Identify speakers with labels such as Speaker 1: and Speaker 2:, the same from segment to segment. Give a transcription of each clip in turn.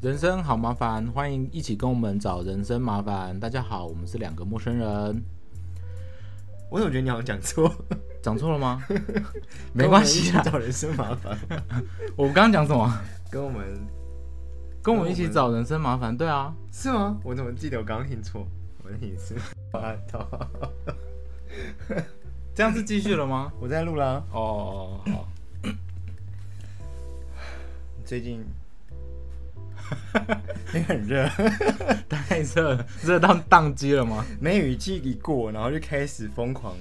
Speaker 1: 人生好麻烦，欢迎一起跟我们找人生麻烦。大家好，我们是两个陌生人，
Speaker 2: 我怎么觉得你好像讲错？
Speaker 1: 讲错了 吗？ 没关系啊
Speaker 2: 跟我们一起，找人生麻烦。
Speaker 1: 我刚刚讲什么？
Speaker 2: 跟我们
Speaker 1: 跟我们一起找人生麻烦，对啊，
Speaker 2: 是吗？我怎么记得我刚刚听错？我听一次。 啊，好
Speaker 1: 这样是继续了吗？
Speaker 2: 我在录啦。
Speaker 1: 哦，好，
Speaker 2: 最近 因为很热，
Speaker 1: 太热了，热到宕机了吗？
Speaker 2: 梅雨季一过，然后就开始疯狂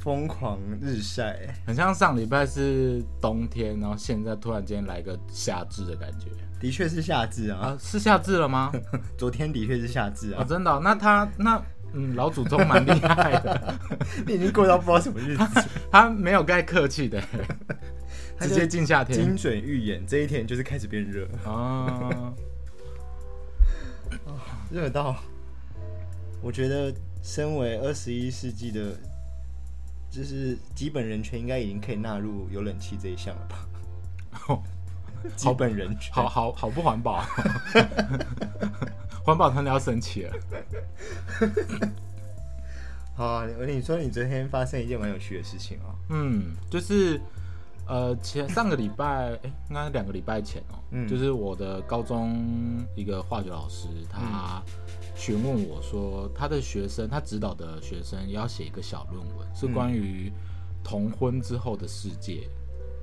Speaker 2: 疯狂日晒。
Speaker 1: 很像上礼拜是冬天，然后现在突然间来个夏至的感觉
Speaker 2: 的确是夏至啊，
Speaker 1: 啊，是夏至了 吗？
Speaker 2: 昨天的确是夏至
Speaker 1: 啊，
Speaker 2: 啊，
Speaker 1: 真的哦、那他那嗯，老祖宗蛮厉害 的，
Speaker 2: 你已经过到不知道什么日子，
Speaker 1: 他没有该客气的，
Speaker 2: 他
Speaker 1: 直
Speaker 2: 就
Speaker 1: 接进夏天。
Speaker 2: 精准预言这一天就是开始变热，
Speaker 1: 啊，
Speaker 2: 热到我觉得身为二十一世纪的，就是基本人权应该已经可以纳入有冷气这一项了吧？基本人权，
Speaker 1: 哦好好好不环保， 环保团体要生气了。
Speaker 2: 好啊、你你说你昨天发生一件蛮有趣的事情哦，
Speaker 1: 嗯，就是呃前上个礼拜，哎、应该是两个礼拜前哦、
Speaker 2: 嗯
Speaker 1: 就是我的高中一个化学老师，他询问我说，他的学生，他指导的学生也要写一个小论文，是关于同婚之后的世界。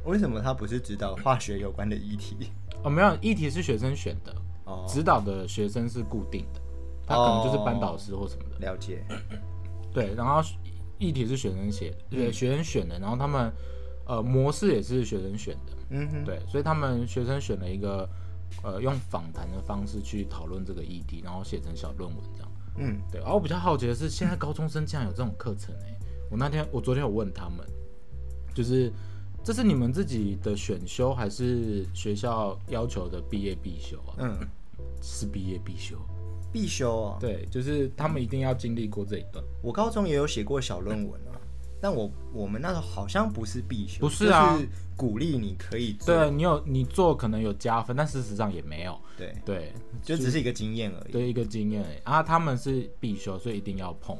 Speaker 2: 为什么他不是指导化学有关的议题？
Speaker 1: 哦，没有，议题是学生选的，
Speaker 2: 哦，
Speaker 1: 指导的学生是固定的，他可能就是班导师或什么的。
Speaker 2: 了解，
Speaker 1: 对，然后议题是学生写的，对，学生选的，然后他们呃模式也是学生选的，
Speaker 2: 嗯哼，
Speaker 1: 对，所以他们学生选了一个呃用访谈的方式去讨论这个议题，然后写成小论文这样。
Speaker 2: 嗯，
Speaker 1: 对，然后我比较好奇的是，现在高中生竟然有这种课程哎、我那天我昨天有问他们，就是这是你们自己的选修还是学校要求的毕业必修啊？
Speaker 2: 嗯，
Speaker 1: 是毕业必修。啊
Speaker 2: 必修哦。
Speaker 1: 对，就是他们一定要经历过这一段。
Speaker 2: 我高中也有写过小论文啊，但我我们那时候好像不是必修，
Speaker 1: 不是啊
Speaker 2: 就是鼓励你可以做，
Speaker 1: 对啊你有你做可能有加分，但事实上也没有。
Speaker 2: 对，
Speaker 1: 对，
Speaker 2: 就只是一个经验而已。
Speaker 1: 对一个经验而已啊，他们是必修，所以一定要碰，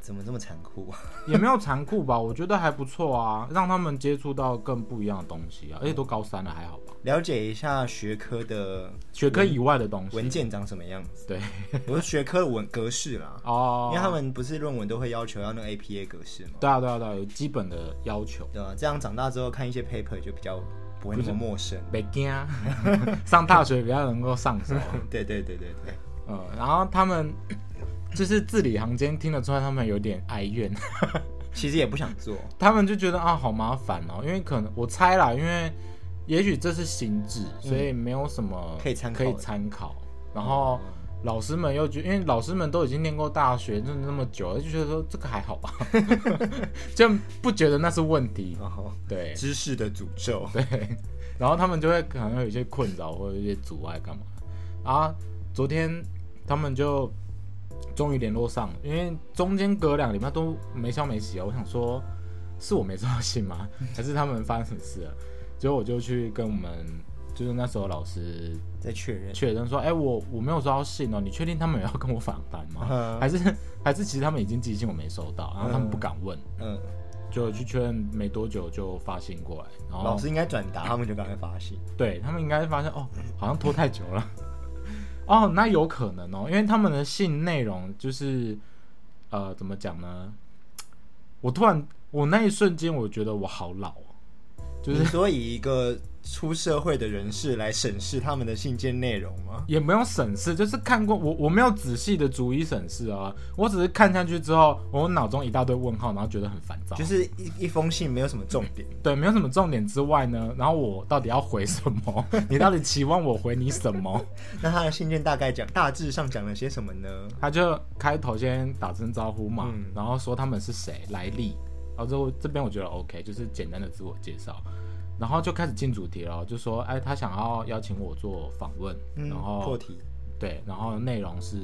Speaker 2: 怎么这么残酷啊？
Speaker 1: 也没有残酷吧？我觉得还不错啊，让他们接触到更不一样的东西啊，而且都高三了，还好吧？
Speaker 2: 了解一下学科的
Speaker 1: 学科以外的东西，
Speaker 2: 文件长什么样子？
Speaker 1: 对，
Speaker 2: 我说学科的文格式啦，因
Speaker 1: 哦
Speaker 2: 为，他们不是论文都会要求要那个 APA 格式嘛，
Speaker 1: 对啊，对啊，对啊，有基本的要求。
Speaker 2: 对吧、这样长大之后看一些 paper 就比较不会那么 陌生。
Speaker 1: 北京啊上大学比较能够上手，
Speaker 2: 对对对对对，
Speaker 1: 嗯，然后他们就是字里行间听得出来，他们有点哀怨，
Speaker 2: 其实也不想做，
Speaker 1: 他们就觉得啊，好麻烦哦，因为可能我猜啦，因为也许这是新制，所以没有什么
Speaker 2: 可以参考
Speaker 1: 可以参考。然后
Speaker 2: 嗯
Speaker 1: 老师们又觉因为老师们都已经念过大学，就那么久了，就觉得说这个还好吧， 就不觉得那是问题。
Speaker 2: 然后
Speaker 1: 对
Speaker 2: 知识的诅咒，
Speaker 1: 对，然后他们就会可能有一些困扰或者一些阻碍干嘛。啊，昨天他们就终于联络上了，因为中间隔两个礼拜都没消没息啊。我想说，是我没收到信 吗？还是他们发生什么事了？结果我就去跟我们，就是那时候老师
Speaker 2: 再确认。
Speaker 1: 确认说，哎、我我没有收到信哦，你确定他们有要跟我访谈 吗？
Speaker 2: 嗯
Speaker 1: 还是还是其实他们已经寄信我没收到，然后他们不敢问，
Speaker 2: 嗯，
Speaker 1: 就去确认没多久就发信过来，然后
Speaker 2: 老师应该转达，他们就赶快发信。
Speaker 1: 对他们应该发现哦，
Speaker 2: 嗯
Speaker 1: 好像拖太久了。 哦，那有可能哦，因为他们的信内容就是，呃，怎么讲呢？我突然，我那一瞬间，我觉得我好老、哦，就是
Speaker 2: 你说以一个出社会的人士来审视他们的信件内容吗？
Speaker 1: 也没有审视，就是看过我，我没有仔细的逐一审视啊，我只是看下去之后，我脑中一大堆问号，然后觉得很烦躁。
Speaker 2: 就是一一封信没有什么重 点，
Speaker 1: 对，没有什么重点之外呢，然后我到底要回什么？ 你到底期望我回你什么？
Speaker 2: 那他的信件大概讲大致上讲了些什么呢？
Speaker 1: 他就开头先打声招呼嘛，
Speaker 2: 嗯
Speaker 1: 然后说他们是谁来历，然后之后这边我觉得 OK，就是简单的自我介绍，然后就开始进主题了，就说哎，他想要邀请我做访问，
Speaker 2: 嗯，
Speaker 1: 然
Speaker 2: 破
Speaker 1: 后
Speaker 2: 题，
Speaker 1: 对，然后内容是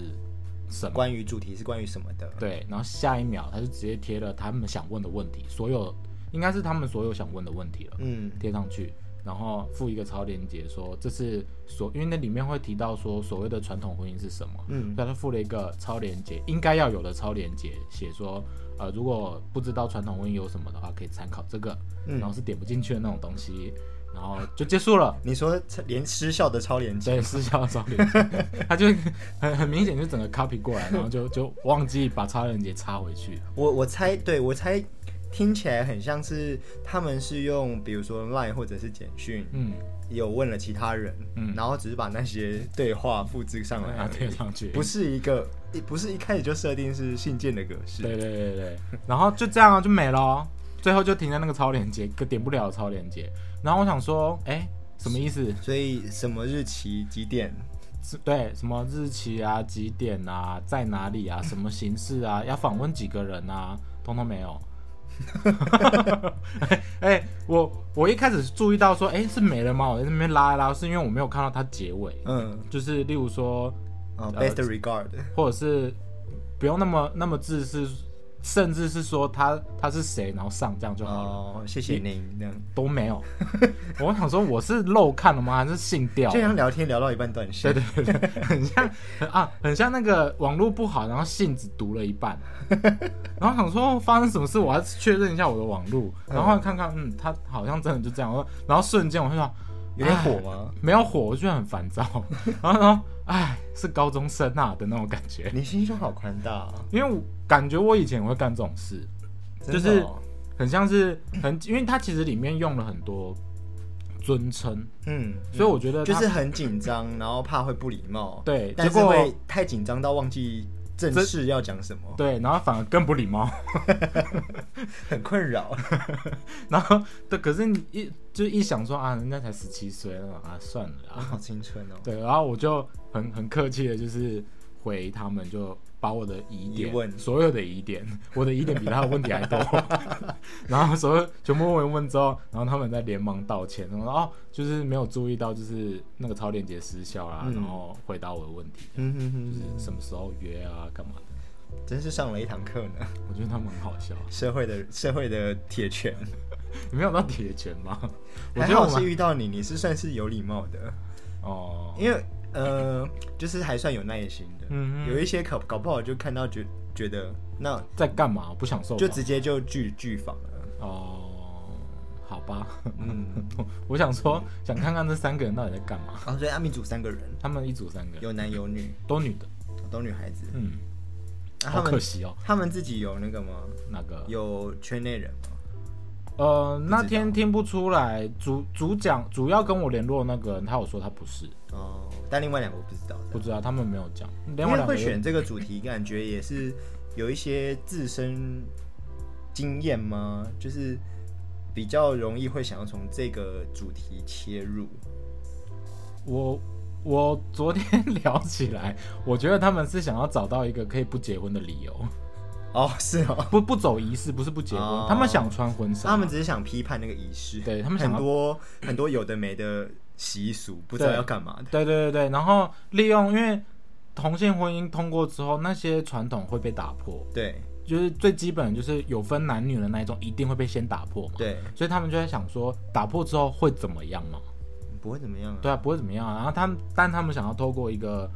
Speaker 1: 什么？
Speaker 2: 关于主题是关于什么的？
Speaker 1: 对，然后下一秒他就直接贴了他们想问的问题，所有应该是他们所有想问的问题了，
Speaker 2: 嗯，
Speaker 1: 贴上去，然后附一个超链接说这是所，因为那里面会提到说所谓的传统婚姻是什么，
Speaker 2: 嗯
Speaker 1: 所以他附了一个超链接，应该要有的超链接，写说呃如果不知道传统婚姻有什么的话，可以参考这个，然后
Speaker 2: 嗯，
Speaker 1: 是点不进去的那种东西，然后就结束 了。
Speaker 2: 你说连失效的超连接，
Speaker 1: 对，失效的超链接，他就很很明显就整个 copy 过来，然后就就忘记把超链接插回去。
Speaker 2: 我我猜，对我猜听起来很像是他们是用比如说 Line 或者是简讯
Speaker 1: 嗯，
Speaker 2: 有问了其他人，
Speaker 1: 嗯啊
Speaker 2: 然后只是把那些对话复制上来
Speaker 1: 然后
Speaker 2: 而
Speaker 1: 贴
Speaker 2: 已，
Speaker 1: 上去，
Speaker 2: 哎不是一个不是一开始就设定是信件的格式，
Speaker 1: 对对对对，然后就这样啊，就没了哦、最后就停在那个超链接，可点不了的超链接。然后我想说，哎，什么意思？
Speaker 2: 所以什么日期几点？
Speaker 1: 是对什么日期啊、几点啊、在哪里啊、什么形式啊、要访问几个人啊，通通没有。哎、哎我我一开始注意到说，哎、是没了吗？我在那边拉一拉，是因为我没有看到它结尾，
Speaker 2: 嗯，
Speaker 1: 就是例如说，
Speaker 2: 啊、b
Speaker 1: 呃
Speaker 2: e s t regard，
Speaker 1: 或者是不用那么那么自私，甚至是说他他是谁，然后上这样就好了。
Speaker 2: 哦，谢谢您，这样
Speaker 1: 都没有。我想说我是漏看了吗？还是信掉
Speaker 2: 就
Speaker 1: 了？
Speaker 2: 像聊天聊到一半断线，对对，
Speaker 1: 很像很啊，很像那个网络不好，然后信只读了一 半，然后想说哦发生什么事，我要确认一下我的网络，然后看看，嗯，他好像真的就这样，我说然后瞬间我就说
Speaker 2: 有点
Speaker 1: 哎
Speaker 2: 火吗？
Speaker 1: 没有火，我就很烦 躁，然后说哎，是高中生啊的那种感觉，
Speaker 2: 你心胸好宽大、啊，
Speaker 1: 因为我感觉我以前也会干这种事，就
Speaker 2: 真
Speaker 1: 是
Speaker 2: 的哦
Speaker 1: 很像是很，因为它其实里面用了很多尊称，
Speaker 2: 嗯，
Speaker 1: 所以我觉得
Speaker 2: 就
Speaker 1: 它
Speaker 2: 是很紧张，然后怕会不礼貌，
Speaker 1: 对，结
Speaker 2: 但是
Speaker 1: 果
Speaker 2: 会太紧张到忘记正式要讲什么，
Speaker 1: 对，然后反而更不礼貌。
Speaker 2: 很困扰。
Speaker 1: 然后对，可是你一就一想说啊，人家才十七岁，那啊算了啦。
Speaker 2: 好青春哦。
Speaker 1: 对，然后我就很很客气的，就是回他们，就把我的疑点，
Speaker 2: 疑问
Speaker 1: 所有的疑点，我的疑点比他的问题还多。 然后所有全部问一问之后，然后他们再连忙道歉，然后说哦，就是没有注意到，就是那个超链接失效啦，
Speaker 2: 嗯
Speaker 1: 然后回答我的问题，
Speaker 2: 嗯哼
Speaker 1: 就是
Speaker 2: 哼
Speaker 1: 什么时候约啊，干嘛的。
Speaker 2: 哼，真是上了一堂课呢。
Speaker 1: 我觉得他们很好笑，
Speaker 2: 社会的社会的铁拳，
Speaker 1: 你没有到铁拳吗？ 我觉
Speaker 2: 还
Speaker 1: 得我
Speaker 2: 好
Speaker 1: 们
Speaker 2: 是遇到你，你是算是有礼貌的，
Speaker 1: 哦，
Speaker 2: 因为呃，就是还算有耐心的。
Speaker 1: 嗯哼
Speaker 2: 有一些搞搞不好就看到觉觉得那
Speaker 1: 在干嘛？不享受吧
Speaker 2: 就直接就拒拒访了。
Speaker 1: 哦，好吧，
Speaker 2: 嗯，
Speaker 1: 我想说，想看看这三个人到底在干嘛。
Speaker 2: 然哦后所以阿米组三个人，
Speaker 1: 他们一组三个，
Speaker 2: 有男有女，
Speaker 1: 都女的，
Speaker 2: 都女孩子。
Speaker 1: 嗯，
Speaker 2: 那他
Speaker 1: 好可
Speaker 2: 们
Speaker 1: 惜哦。
Speaker 2: 他们自己有那个吗？
Speaker 1: 那个，
Speaker 2: 有圈内人吗？
Speaker 1: 呃，那天听不出来，主主讲主要跟我联络的那个人，他有说他不是，
Speaker 2: 哦，但另外两个我不知道。
Speaker 1: 不知道他们没有讲。另
Speaker 2: 因
Speaker 1: 外
Speaker 2: 为
Speaker 1: 两个
Speaker 2: 会
Speaker 1: 就
Speaker 2: 选这个主题，感觉也是有一些自身经验吗？就是比较容易会想要从这个主题切入。
Speaker 1: 我我昨天聊起来， 我觉得他们是想要找到一个可以不结婚的理由，
Speaker 2: 哦，是哦，
Speaker 1: 不不走仪式，不是不结婚，
Speaker 2: 哦
Speaker 1: 他们想穿婚纱，
Speaker 2: 他们只是想批判那个仪式，
Speaker 1: 啊对他们想
Speaker 2: 很
Speaker 1: 要
Speaker 2: 多很多有的没的习俗，不知道
Speaker 1: 对
Speaker 2: 要干嘛的。
Speaker 1: 对对对对，然后利用因为同性婚姻通过之后，那些传统会被打破，
Speaker 2: 对
Speaker 1: 就是最基本的就是有分男女的那一种，一定会被先打破嘛。，
Speaker 2: 对，
Speaker 1: 所以他们就在想说，打破之后会怎么样嘛？
Speaker 2: 不会怎么样啊。
Speaker 1: 对啊，不会怎么样、啊。然后他们，但他们想要透过一个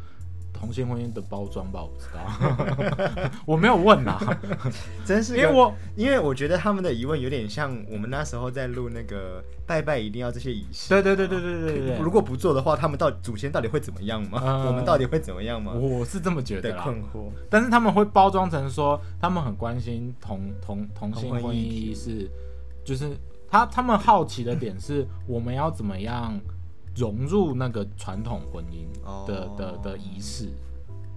Speaker 1: 同性婚姻的包装吧，我不知 道，我没有问啊，
Speaker 2: 真是
Speaker 1: 因
Speaker 2: 个
Speaker 1: 为我
Speaker 2: 因为我觉得他们的疑问有点像我们那时候在录那个拜拜一定要这些仪式。
Speaker 1: 对对对对对对对
Speaker 2: 如
Speaker 1: 对，
Speaker 2: 果不做的话，他们到底祖先到底会怎么样吗？
Speaker 1: 嗯
Speaker 2: 我们到底会怎么样吗？
Speaker 1: 我是这么觉得
Speaker 2: 的
Speaker 1: 啦。嗯
Speaker 2: 困惑。
Speaker 1: 但是他们会包装成说他们很关心同同同性
Speaker 2: 同婚
Speaker 1: 婚姻
Speaker 2: 议题
Speaker 1: 意识，就是他他们好奇的点是我们要怎么样融入那个传统婚姻的、
Speaker 2: 哦
Speaker 1: 的的仪式。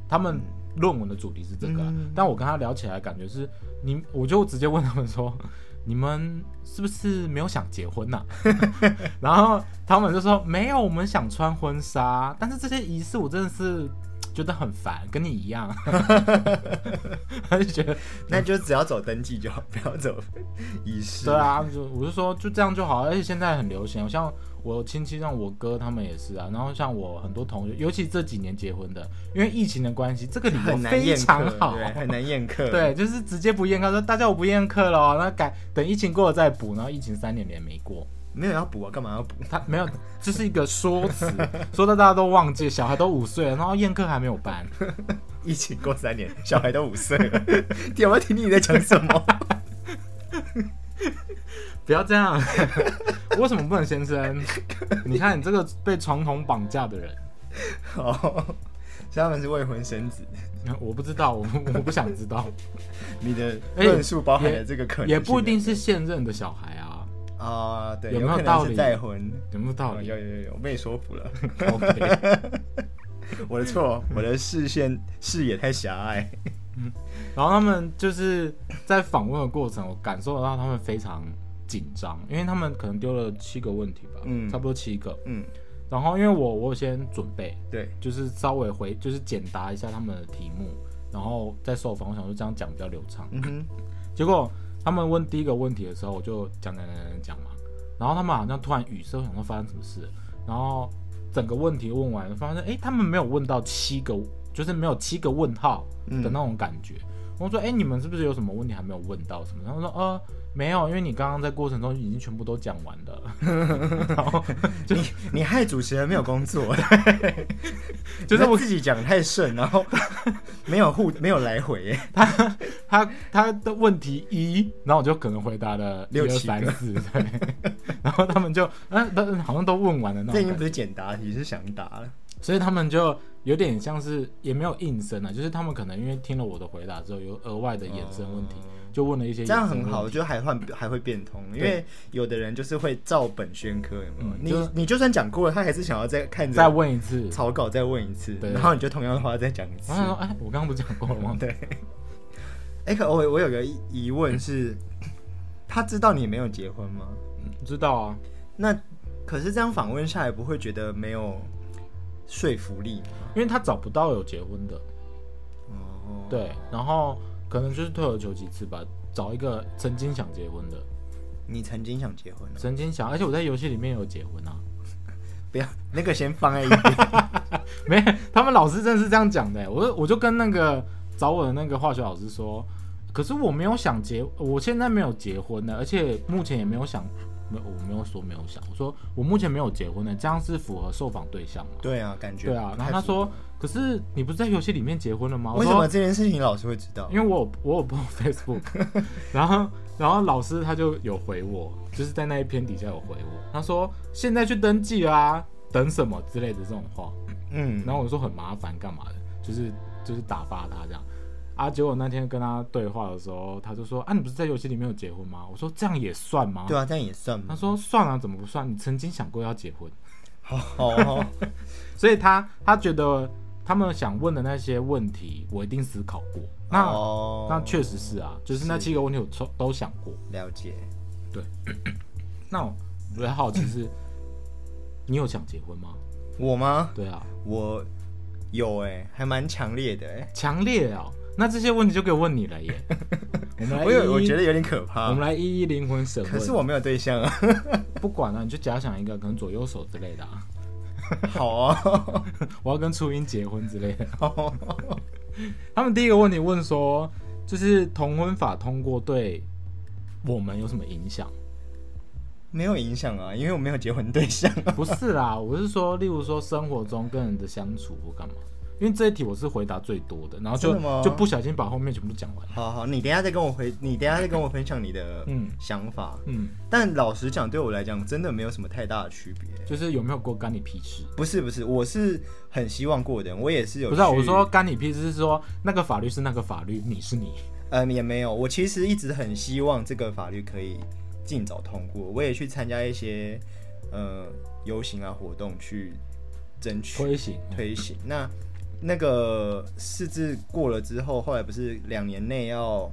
Speaker 1: 他们论文的主题是这个啊、
Speaker 2: 嗯
Speaker 1: 但我跟他聊起来，感觉是你，我就直接问他们说。 你们是不是没有想结婚呐、 然后他们就说没有，我们想穿婚纱，但是这些仪式我真的是觉得很烦，跟你一样。 他就觉得
Speaker 2: 那就只要走登记就好，不要走仪式。
Speaker 1: 对，啊，就我就说就这样就好，而且现在很流行，像我亲戚像我哥他们也是啊，然后像我很多同学，尤其这几年结婚的，因为疫情的关系，这个理由
Speaker 2: 很难
Speaker 1: 非
Speaker 2: 宴
Speaker 1: 常
Speaker 2: 客，
Speaker 1: 好。
Speaker 2: 对，很难宴客。
Speaker 1: 对，就是直接不验课，说大家我不验课了哦，那改等疫情过了再补，然后疫情三年也没过，
Speaker 2: 没有要补啊，干嘛要补？
Speaker 1: 他没有，这是一个说辞，说到大家都忘记，小孩都五岁了，然后宴客还没有办，
Speaker 2: 疫情过三年，小孩都五岁了， 天，我要听听你在讲什么。
Speaker 1: 不要这样， 为什么不能先生？你看你这个被传统绑架的人，
Speaker 2: 好，哦所以他们是未婚生子。
Speaker 1: 我不知道，我我不想知道，
Speaker 2: 你的
Speaker 1: 哎
Speaker 2: 论述包含了这个可能性
Speaker 1: 也不一定是现任的小孩啊，
Speaker 2: 啊，对，
Speaker 1: 有没有
Speaker 2: 可能
Speaker 1: 道
Speaker 2: 是
Speaker 1: 理
Speaker 2: 再婚？
Speaker 1: 有没有道
Speaker 2: 哦
Speaker 1: 理
Speaker 2: 有有有有，被你说服了。
Speaker 1: ？OK，
Speaker 2: 我的错，我的视线视野太狭隘。
Speaker 1: 然后他们就是在访问的过程，我感受到他们非常紧张，因为他们可能丢了七个问题吧，
Speaker 2: 嗯
Speaker 1: 差不多七个。
Speaker 2: 嗯，
Speaker 1: 然后因为我我有先准备，
Speaker 2: 对，
Speaker 1: 就是稍微回，就是简答一下他们的题目，然后再受访。我想说这样讲比较流畅。
Speaker 2: 嗯哼，
Speaker 1: 结果他们问第一个问题的时候，我就讲讲讲讲讲嘛，然后他们好像突然语塞，我想说发生什么事了，然后整个问题问完，发现诶，他们没有问到七个，就是没有七个问号的那种感觉。我说诶，你们是不是有什么问题还没有问到什么？他们说呃没有，因为你刚刚在过程中已经全部都讲完了。然后就
Speaker 2: 你害主持人没有工作，
Speaker 1: 就是我
Speaker 2: 你自己讲太顺，然后没有互没有来 回耶。
Speaker 1: 他他的问题一，然后我就可能回答了
Speaker 2: 六
Speaker 1: 一二
Speaker 2: 七个
Speaker 1: 三四，对，然后他们就嗯，都好像都问完了那
Speaker 2: 这已
Speaker 1: 种
Speaker 2: 经
Speaker 1: 感
Speaker 2: 不
Speaker 1: 觉，
Speaker 2: 是简答题，是想答了。
Speaker 1: 所以他们就有点像是也没有应声啊，就是他们可能因为听了我的回答之后，有额外的衍生问题，就问了一些
Speaker 2: 哦这样
Speaker 1: 衍生
Speaker 2: 很
Speaker 1: 问
Speaker 2: 好，
Speaker 1: 题，
Speaker 2: 就还换还会变通，因
Speaker 1: 对
Speaker 2: 为有的人就是会照本宣科，有没有？
Speaker 1: 嗯就是
Speaker 2: 你你就算讲过了，他还是想要再看
Speaker 1: 再
Speaker 2: 着
Speaker 1: 问一次。
Speaker 2: 草稿再问一次，
Speaker 1: 对
Speaker 2: 然后你就同样的话再讲一次
Speaker 1: 然。 后他说：“哎，我刚刚不是讲过了吗
Speaker 2: 对。哎、可我我有个疑疑问是，他知道你没有结婚吗？？”
Speaker 1: 知道啊，
Speaker 2: 那可是这样访问下来，不会觉得没有说服力吗？
Speaker 1: 因为他找不到有结婚的，
Speaker 2: 哦，
Speaker 1: 对，然后可能就是退而求其次吧，找一个曾经想结婚的，
Speaker 2: 你曾经想结婚、啊，
Speaker 1: 曾经想，而且我在游戏里面有结婚啊。
Speaker 2: 不要 那个先放在 一边。
Speaker 1: 没，他们老师真的是这样讲的。欸我就我就跟那个找我的那个化学老师说，可是我没有想结，我现在没有结婚呢，而且目前也没有想，没我没有说没有想，我说我目前没有结婚呢，这样是符合受访对象吗？
Speaker 2: 对啊，感觉
Speaker 1: 对啊，
Speaker 2: 不
Speaker 1: 然后
Speaker 2: 太
Speaker 1: 他
Speaker 2: 符合
Speaker 1: 说，可是你不是在游戏里面结婚了吗？我
Speaker 2: 为什么
Speaker 1: 说，
Speaker 2: 这件事情老师会知道？
Speaker 1: 因为我有我有 po Facebook，然后然后老师他就有回我，就是在那一篇底下有回我，他说现在去登记啊，等什么之类的这种话。
Speaker 2: 嗯，
Speaker 1: 然后我说很麻烦，干嘛的？就是就是打发他这样。啊，结果那天跟他对话的时候，他就说：“啊，你不是在游戏里面有结婚吗？”我说：“这样也算吗？”
Speaker 2: 对啊，这样也算
Speaker 1: 他
Speaker 2: 吗？
Speaker 1: 说：“算啊，怎么不算？你曾经想过要结婚，
Speaker 2: 哦，
Speaker 1: 所以他他觉得他们想问的那些问题，我一定思考过。 那、
Speaker 2: 哦
Speaker 1: 那确实是啊，就是那
Speaker 2: 是
Speaker 1: 七个问题我都都想过。
Speaker 2: 了解。
Speaker 1: 那我比较好奇是，你有想结婚吗？
Speaker 2: 我吗？
Speaker 1: 对啊，
Speaker 2: 我有哎、还蛮强烈的哎、
Speaker 1: 强烈啊、那这些问题就可以问你了耶。 我们来
Speaker 2: 我
Speaker 1: 一一
Speaker 2: 有，我觉得有点可怕。
Speaker 1: 我们来一一灵魂审问。
Speaker 2: 可是我没有对象 啊。
Speaker 1: 不管了、你就假想一个可能左右手之类的、啊，
Speaker 2: 好啊，
Speaker 1: 我要跟初音结婚之类 的。他们第一个问题问说，就是同婚法通过对我们有什么影响？
Speaker 2: 没有影响啊，因为我没有结婚对象。啊
Speaker 1: 不是啦，我是说，例如说生活中跟人的相处或干嘛。因为这一题我是回答最多的，然后就
Speaker 2: 真的吗
Speaker 1: 就不小心把后面全部讲完。
Speaker 2: 好好，你等一下再跟我回，你等一下再跟我分享你的
Speaker 1: 嗯
Speaker 2: 想法。
Speaker 1: 嗯，
Speaker 2: 但老实讲，对我来讲，真的没有什么太大的区别。
Speaker 1: 就是有没有过干你屁事？
Speaker 2: 不是不是，我是很希望过的人，我也是有。
Speaker 1: 不是、啊，我说，干你屁事是说那个法律是那个法律，你是你。
Speaker 2: 嗯，也没有。我其实一直很希望这个法律可以尽早通过。我也去参加一些呃游行啊活动去争取
Speaker 1: 推行，
Speaker 2: 推行。那那个四字过了之后，后来不是两年内要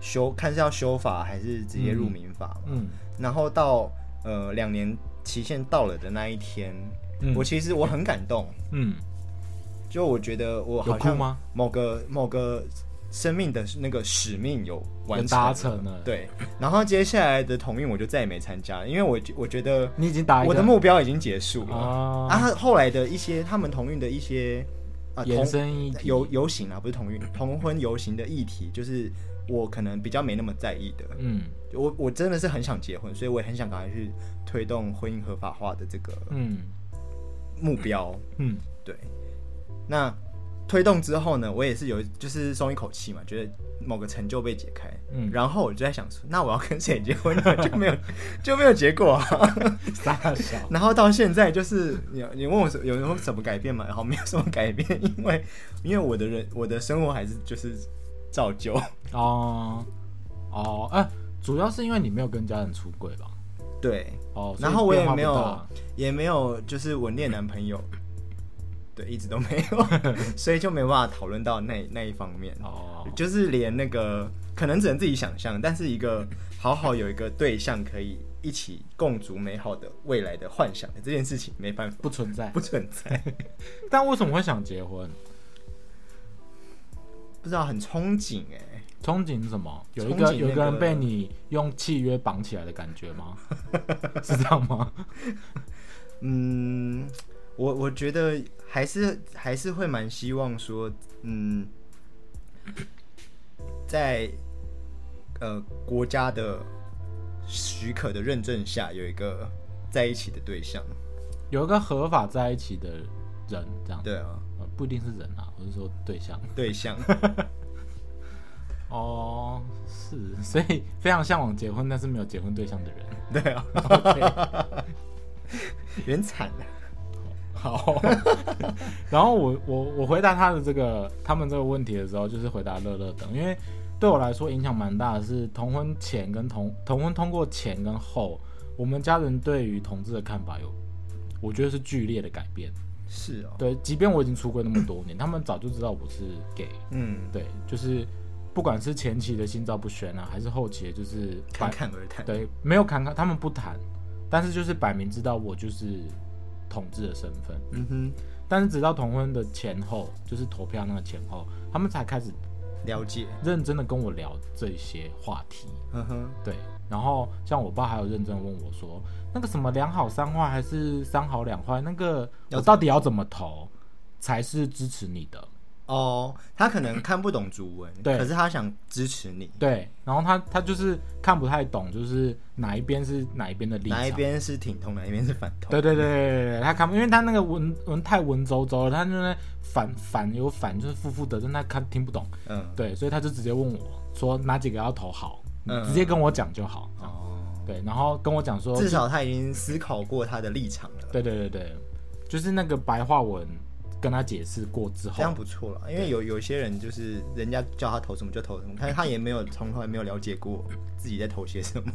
Speaker 2: 修，看是要修法还是直接入民法嘛？
Speaker 1: 嗯
Speaker 2: 然后到呃两年期限到了的那一天，
Speaker 1: 嗯
Speaker 2: 我其实我很感动，
Speaker 1: 嗯，
Speaker 2: 就我觉得我
Speaker 1: 有
Speaker 2: 好
Speaker 1: 哭
Speaker 2: 像
Speaker 1: 吗？
Speaker 2: 某个某个生命的那个使命有完
Speaker 1: 有
Speaker 2: 成
Speaker 1: 达
Speaker 2: 了。
Speaker 1: 成了，
Speaker 2: 对，然后接下来的同运我就再也没参加了，因为我觉我觉得
Speaker 1: 你已经打一个
Speaker 2: 我的目标已经结束了。
Speaker 1: 啊
Speaker 2: 啊，后来的一些他们同运的一些啊
Speaker 1: 延
Speaker 2: 同
Speaker 1: 伸议题
Speaker 2: 游游行啊，不是同运同婚游行的议题，就是我可能比较没那么在意的。
Speaker 1: 嗯
Speaker 2: 我我真的是很想结婚，所以我也很想赶快去推动婚姻合法化的这个
Speaker 1: 嗯
Speaker 2: 目标。
Speaker 1: 嗯
Speaker 2: 对，那推动之后呢，我也是有就是松一口气嘛，觉得某个成就被解开。
Speaker 1: 嗯，
Speaker 2: 然后我就在想说，那我要跟谁结婚呢？就没有 就没有结果、啊。
Speaker 1: 傻小，
Speaker 2: 然后到现在就是你你问我有有什么改变吗？然后没有什么改变， 因为因为我的人我的生活还是就是照旧。
Speaker 1: 哦哦，哎、主要是因为你没有跟家人出轨吧？
Speaker 2: 对，
Speaker 1: 哦，所以
Speaker 2: 然后我也
Speaker 1: 变化
Speaker 2: 没
Speaker 1: 不
Speaker 2: 有
Speaker 1: 大，
Speaker 2: 也没有，就是我恋男朋友，对，一直都没有，所以就没办法讨论到那那一方面，
Speaker 1: 哦，
Speaker 2: 就是连那个可能只能自己想象，但是一个好好有一个对象可以一起共筑美好的未来的幻想的这件事情，没办法，
Speaker 1: 不存在。
Speaker 2: 不存在，
Speaker 1: 但为什么会想结婚？
Speaker 2: 不知道很憧憬哎、
Speaker 1: 憧憬是什么？有一
Speaker 2: 憧憬那
Speaker 1: 个有一个人
Speaker 2: 个
Speaker 1: 被你用契约绑起来的感觉吗？ 是这样吗？
Speaker 2: 嗯，我我觉得还是还是会蛮希望说，嗯，在呃国家的许可的认证下，有一个在一起的对象。
Speaker 1: 有一个合法在一起的人，这样
Speaker 2: 对啊，
Speaker 1: 呃不一定是人啊，我是说对象。
Speaker 2: 对象
Speaker 1: 哦，是，所以非常向往结婚，但是没有结婚对象的人。
Speaker 2: 啊 人惨啊了。
Speaker 1: 好，然后我我我回答他的这个他们这个问题的时候，就是回答乐乐等，因为对我来说影响蛮大的是同婚前跟同同婚通过前跟后，我们家人对于同志的看法有，我觉得是剧烈的改变。
Speaker 2: 是哦，
Speaker 1: 对，即便我已经出柜那么多年，他们早就知道我是 gay。
Speaker 2: 嗯，
Speaker 1: 对，就是不管是前期的心照不宣啊，还是后期的就是
Speaker 2: 侃侃而谈。
Speaker 1: 对，没有侃侃，他们不谈，但是就是摆明知道我就是统治的身份。
Speaker 2: 嗯哼，
Speaker 1: 但是直到同婚的前后，就是投票那个前后，他们才开始
Speaker 2: 了解。
Speaker 1: 认真的跟我聊这些话题。
Speaker 2: 嗯哼，
Speaker 1: 对，然后像我爸还有认真地问我说，那个什么两好三坏还是三好两坏，那个
Speaker 2: 要
Speaker 1: 我到底要怎么投才是支持你的？
Speaker 2: 哦，他可能看不懂主文，
Speaker 1: 对
Speaker 2: 可是他想支持你。
Speaker 1: 对，然后他他就是看不太懂，就是哪一边是哪一边的立场。
Speaker 2: 哪一边是挺同，哪一边是反同？
Speaker 1: 对对对对对对，他看不，因为他那个文文太文绉绉了，他就在反反有反，就是负负得正，他看听不懂。
Speaker 2: 嗯，
Speaker 1: 对，所以他就直接问我说哪几个要投好，你
Speaker 2: 嗯
Speaker 1: 直接跟我讲就好。
Speaker 2: 哦，
Speaker 1: 对，然后跟我讲说，
Speaker 2: 至少他已经思考过他的立场了，
Speaker 1: 对对对对，就是那个白话文跟他解释过之
Speaker 2: 这
Speaker 1: 后
Speaker 2: 样，不错了。因为有有些人就是人家叫他投什么就投什么，但是他也没有从头也没有了解过自己在投些什么，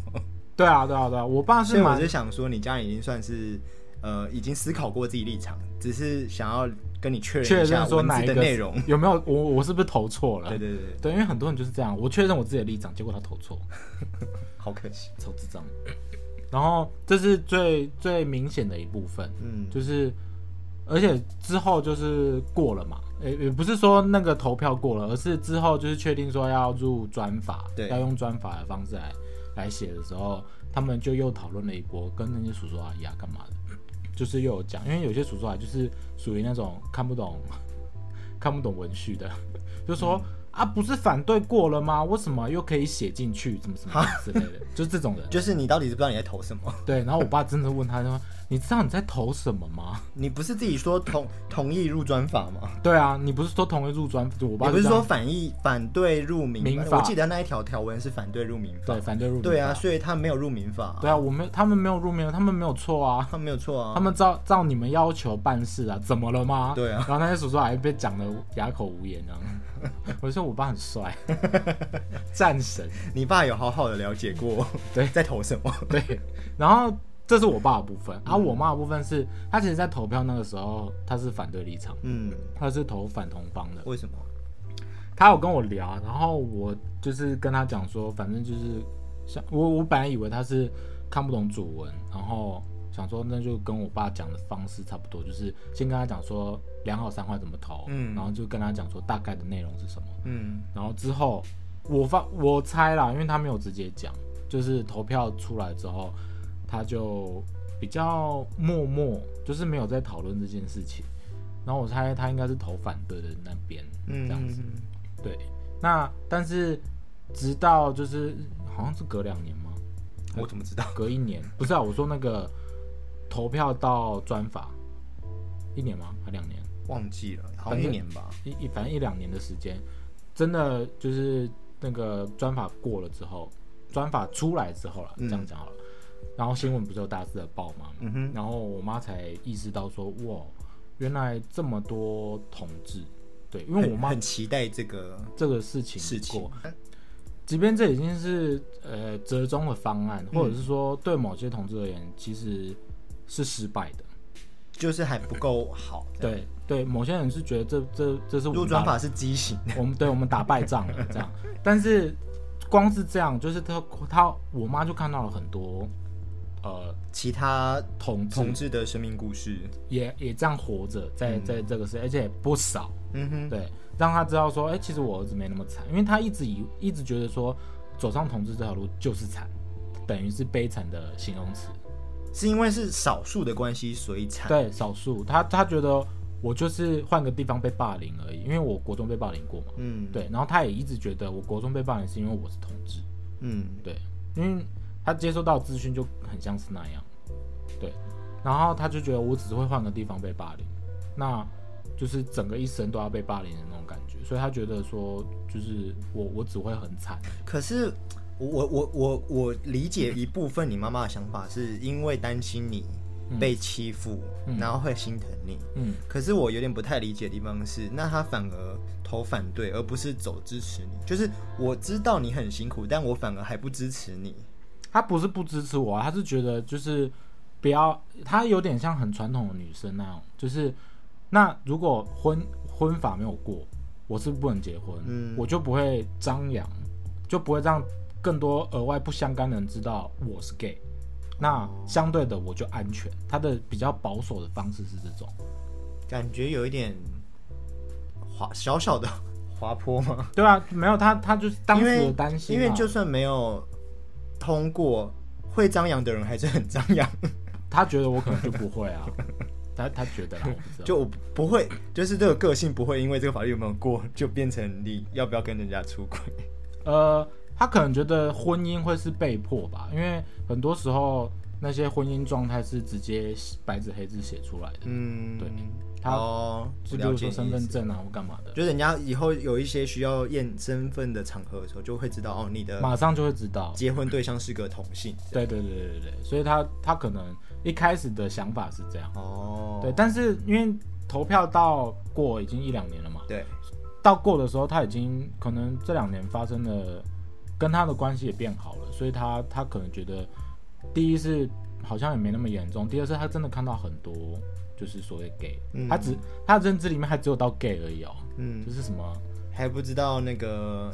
Speaker 1: 对啊对啊对啊，我爸
Speaker 2: 所
Speaker 1: 是
Speaker 2: 以我
Speaker 1: 蛮
Speaker 2: 就想说，你家人已经算是呃已经思考过自己立场，只是想要跟你确
Speaker 1: 确
Speaker 2: 认一下
Speaker 1: 认说
Speaker 2: 文
Speaker 1: 哪
Speaker 2: 字
Speaker 1: 一
Speaker 2: 的
Speaker 1: 个
Speaker 2: 内容。
Speaker 1: 有没有我我是不是投错了？
Speaker 2: 对对对，
Speaker 1: 对，因为很多人就是这样，我确认我自己的立场，结果他投错。
Speaker 2: 好可惜。
Speaker 1: 超智障。然后这是最最明显的一部分，
Speaker 2: 嗯，
Speaker 1: 就是而且之后就是过了嘛，也也不是说那个投票过了，而是之后就是确定说要入专法，
Speaker 2: 对
Speaker 1: 要用专法的方式来来写的时候，他们就又讨论了一波，跟那些叔叔阿姨啊干嘛的，就是又有讲，因为有些叔叔阿姨就是属于那种看不懂看不懂文序的，就说。
Speaker 2: 嗯
Speaker 1: 啊，不是反对过了吗？为什么又可以写进去？怎么什么之类的，就这种人。
Speaker 2: 就是你到底知不知道你在投什么？
Speaker 1: 对，然后我爸真的问他说：“你知道你在投什么吗
Speaker 2: 你不是自己说同同意入专法吗？？”
Speaker 1: 对啊，你不是说同一入专？我爸就
Speaker 2: 你不是
Speaker 1: 这
Speaker 2: 说
Speaker 1: 样
Speaker 2: 反意反对入民
Speaker 1: 民
Speaker 2: 我
Speaker 1: 法
Speaker 2: 记得那一条条文是反对入民法
Speaker 1: 对。反对入民
Speaker 2: 对啊，
Speaker 1: 法
Speaker 2: 所以他没有入民法、
Speaker 1: 对啊，我没有他们没有入民，他们没有错啊，
Speaker 2: 他没有错啊。
Speaker 1: 他们照照你们要求办事啊，怎么了吗？
Speaker 2: 对啊
Speaker 1: 然后那些叔叔还被讲的哑口无言 啊。我就说我爸很帅， 战神。
Speaker 2: 你爸有好好的了解过，
Speaker 1: 对
Speaker 2: 在投什么？
Speaker 1: 对，然后这是我爸的部分，而、
Speaker 2: 嗯
Speaker 1: 我妈的部分是，她其实在投票那个时候，她是反对立场，
Speaker 2: 嗯，
Speaker 1: 她是投反同方的。
Speaker 2: 为什么？
Speaker 1: 他有跟我聊，然后我就是跟他讲说，反正就是像我我本来以为他是看不懂主文，然后想说那就跟我爸讲的方式差不多，就是先跟他讲说两好三坏怎么投，
Speaker 2: 嗯
Speaker 1: 然后就跟他讲说大概的内容是什么，
Speaker 2: 嗯
Speaker 1: 然后之后我发我猜啦，因为他没有直接讲，就是投票出来之后，他就比较默默，就是没有在讨论这件事情。然后我猜他应该是投反对的那边，
Speaker 2: 嗯，
Speaker 1: 这样子。对，那但是直到就是好像是隔两年吗？
Speaker 2: 我怎么知道？
Speaker 1: 隔一年？不是啊，我说那个投票到专法一年吗？还两年？
Speaker 2: 忘记了，好像一年吧。
Speaker 1: 一一反正一两年的时间，真的就是那个专法过了之后，专法出来之后了，这
Speaker 2: 嗯
Speaker 1: 样讲好了。然后新闻不是有大肆的报吗？
Speaker 2: 嗯哼，
Speaker 1: 然后我妈才意识到说，哇，原来这么多同志，对，因为我
Speaker 2: 很
Speaker 1: 妈
Speaker 2: 很期待这个
Speaker 1: 这个事情
Speaker 2: 事情
Speaker 1: 过，。即便这已经是呃折中的方案，或者是说对某些同志而言，其实是失败的。
Speaker 2: 就是还不够好。这样，
Speaker 1: 对对，某些人是觉得这这这是我
Speaker 2: 如果
Speaker 1: 们
Speaker 2: 转
Speaker 1: 打
Speaker 2: 法是畸形的，
Speaker 1: 我们对我们打败仗了这 样，但是光是这样，就是他他我妈就看到了很多呃
Speaker 2: 其他
Speaker 1: 同志嗯
Speaker 2: 同志的生命故事，
Speaker 1: 也也这样活着，在在这个世界，而且也不少。
Speaker 2: 嗯哼，
Speaker 1: 对，让他知道说，哎、其实我儿子没那么惨，因为他一直以一直觉得说，走上同志这条路就是惨，等于是悲惨的形容词。
Speaker 2: 是因为是少数的关系，所以惨。
Speaker 1: 对，少数，他他觉得我就是换个地方被霸凌而已，因为我国中被霸凌过嘛。
Speaker 2: 嗯，，
Speaker 1: 对，然后他也一直觉得我国中被霸凌是因为我是同志，
Speaker 2: 嗯，
Speaker 1: 对，因为他接收到的资讯就很像是那样，对，然后他就觉得我只是会换个地方被霸凌，那就是整个一生都要被霸凌的那种感觉，所以他觉得说，就是我我只会很惨，
Speaker 2: 可是我我我我理解一部分你妈妈的想法，是因为担心你被欺负，
Speaker 1: 嗯
Speaker 2: 然后会心疼你。
Speaker 1: 嗯，
Speaker 2: 可是我有点不太理解的地方是，那她反而投反对，而不是走支持你。就是我知道你很辛苦，但我反而还不支持你。
Speaker 1: 他不是不支持我、啊，他是觉得就是不要，他有点像很传统的女生那样，就是那如果婚婚法没有过，我是不能结婚，
Speaker 2: 嗯
Speaker 1: 我就不会张扬，就不会让更多额外不相干的人知道我是 gay。那
Speaker 2: 哦
Speaker 1: 相对的我就安全，他的比较保守的方式是这种，
Speaker 2: 感觉有一点滑小小的 滑坡吗？
Speaker 1: 对啊，没有他，他就是当时的担心、啊
Speaker 2: 因为就算没有通过，会张扬的人还是很张扬。
Speaker 1: 他觉得我可能就不会啊，他他觉得啦，我不知道，
Speaker 2: 就我不会，就是这个个性不会因为这个法律有没有过，就变成你要不要跟人家出轨。
Speaker 1: 呃，他可能觉得婚姻会是被迫吧，因为很多时候那些婚姻状态是直接白纸黑字写出来的，
Speaker 2: 嗯，
Speaker 1: 对他
Speaker 2: 哦，
Speaker 1: 就
Speaker 2: 我
Speaker 1: 比
Speaker 2: 了
Speaker 1: 如
Speaker 2: 解
Speaker 1: 说
Speaker 2: 你
Speaker 1: 身
Speaker 2: 的意
Speaker 1: 份
Speaker 2: 思。
Speaker 1: 证啊或干嘛的，
Speaker 2: 就人家以后有一些需要验身份的场合的时候，就会知道哦，你的
Speaker 1: 马上就会知道。
Speaker 2: 结婚对象是个同性。
Speaker 1: 对对对对对对，所以他他可能一开始的想法是这样，
Speaker 2: 哦，
Speaker 1: 对，但是因为投票到过已经一两年了嘛，
Speaker 2: 对，
Speaker 1: 到过的时候他已经可能这两年发生了，跟他的关系也变好了，所以他他可能觉得，第一是好像也没那么严重，第二是他真的看到很多就是所谓 gay，、
Speaker 2: 嗯
Speaker 1: 他只他的认知里面还只有到 gay 而已哦，
Speaker 2: 嗯
Speaker 1: 就，是什么
Speaker 2: 还不知道那个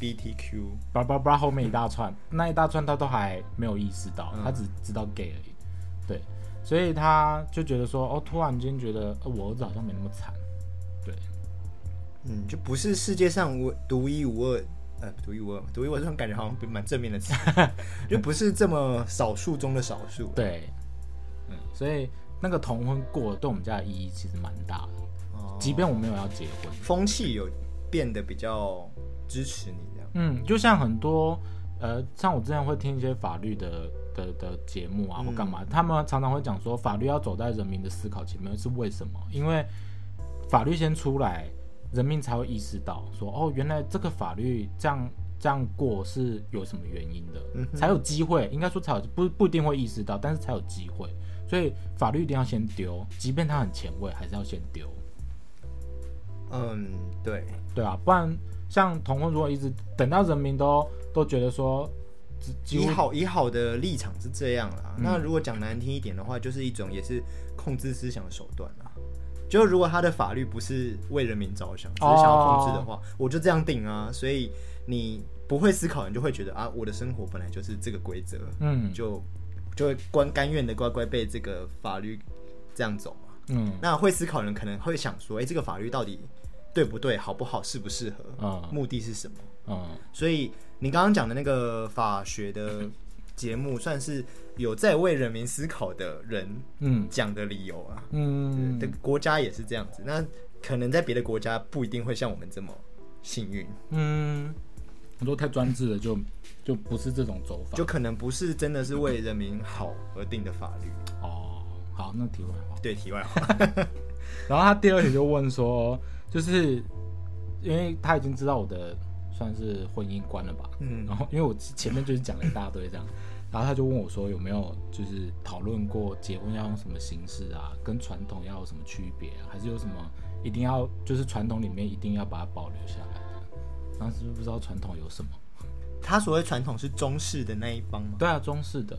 Speaker 2: LGBTQ，
Speaker 1: 叭叭叭后面一大串，那一大串他都还没有意识到，
Speaker 2: 嗯
Speaker 1: 他只知道 gay 而已，对，所以他就觉得说，哦，突然间觉得、呃我儿子好像没那么惨，对，
Speaker 2: 嗯，就不是世界上我独一无二。呃，独一无二，独一无二这种感觉好像蛮正面 的词，就不是这么少数中的少数。
Speaker 1: 对，嗯，所以那个同婚过了对我们家的意义其实蛮大的。
Speaker 2: 哦
Speaker 1: 即便我没有要结婚，
Speaker 2: 风气有变得比较支持你这样。
Speaker 1: 嗯，就像很多呃，像我之前会听一些法律的的的节目啊，或干嘛，他们常常会讲说，法律要走在人民的思考前面是为什么？因为法律先出来，人民才会意识到说，哦，原来这个法律这样这样过是有什么原因的，
Speaker 2: 嗯哼
Speaker 1: 才有机会，应该说才有不不一定会意识到，但是才有机会。所以法律一定要先丢，即便它很前卫，还是要先丢。
Speaker 2: 嗯，对，
Speaker 1: 对啊，不然像同婚如果一直等到人民都都觉得说，只几
Speaker 2: 以
Speaker 1: 乎
Speaker 2: 好以好的立场是这样啦。
Speaker 1: 嗯
Speaker 2: 那如果讲难听一点的话，就是一种也是控制思想的手段啦。就如果他的法律不是为人民着想，只
Speaker 1: 哦
Speaker 2: 是想要控制的话，我就这样定啊。所以你不会思考，你就会觉得啊，我的生活本来就是这个规则，
Speaker 1: 嗯
Speaker 2: 就就会关甘愿的乖乖被这个法律这样走嘛。
Speaker 1: 嗯
Speaker 2: 那会思考的人可能会想说，哎、这个法律到底对不对、好不好、适不适合、
Speaker 1: 嗯
Speaker 2: 目的是什么？
Speaker 1: 嗯
Speaker 2: 所以你刚刚讲的那个法学的节目算是有在为人民思考的人
Speaker 1: 嗯
Speaker 2: 讲的理由啊。
Speaker 1: 嗯
Speaker 2: 对，国家也是这样子。那可能在别的国家不一定会像我们这么幸运，
Speaker 1: 嗯，很多太专制了，就就不是这种走法。
Speaker 2: 就可能不是真的是为人民好而定的法律。
Speaker 1: 哦，好，那题外话。
Speaker 2: 对，题外话，
Speaker 1: 然后他第二题就问说，就是因为他已经知道我的算是婚姻观了吧，
Speaker 2: 嗯
Speaker 1: 然，后因为我前面就是讲了一大堆这样， 然后他就问我说有没有就是讨论过结婚要用什么形式啊，跟传统要有什么区别啊，还是有什么一定要就是传统里面一定要把它保留下来的？当时不知道传统有什么，
Speaker 2: 他所谓传统是中式的那一方吗？
Speaker 1: 对啊，中式的，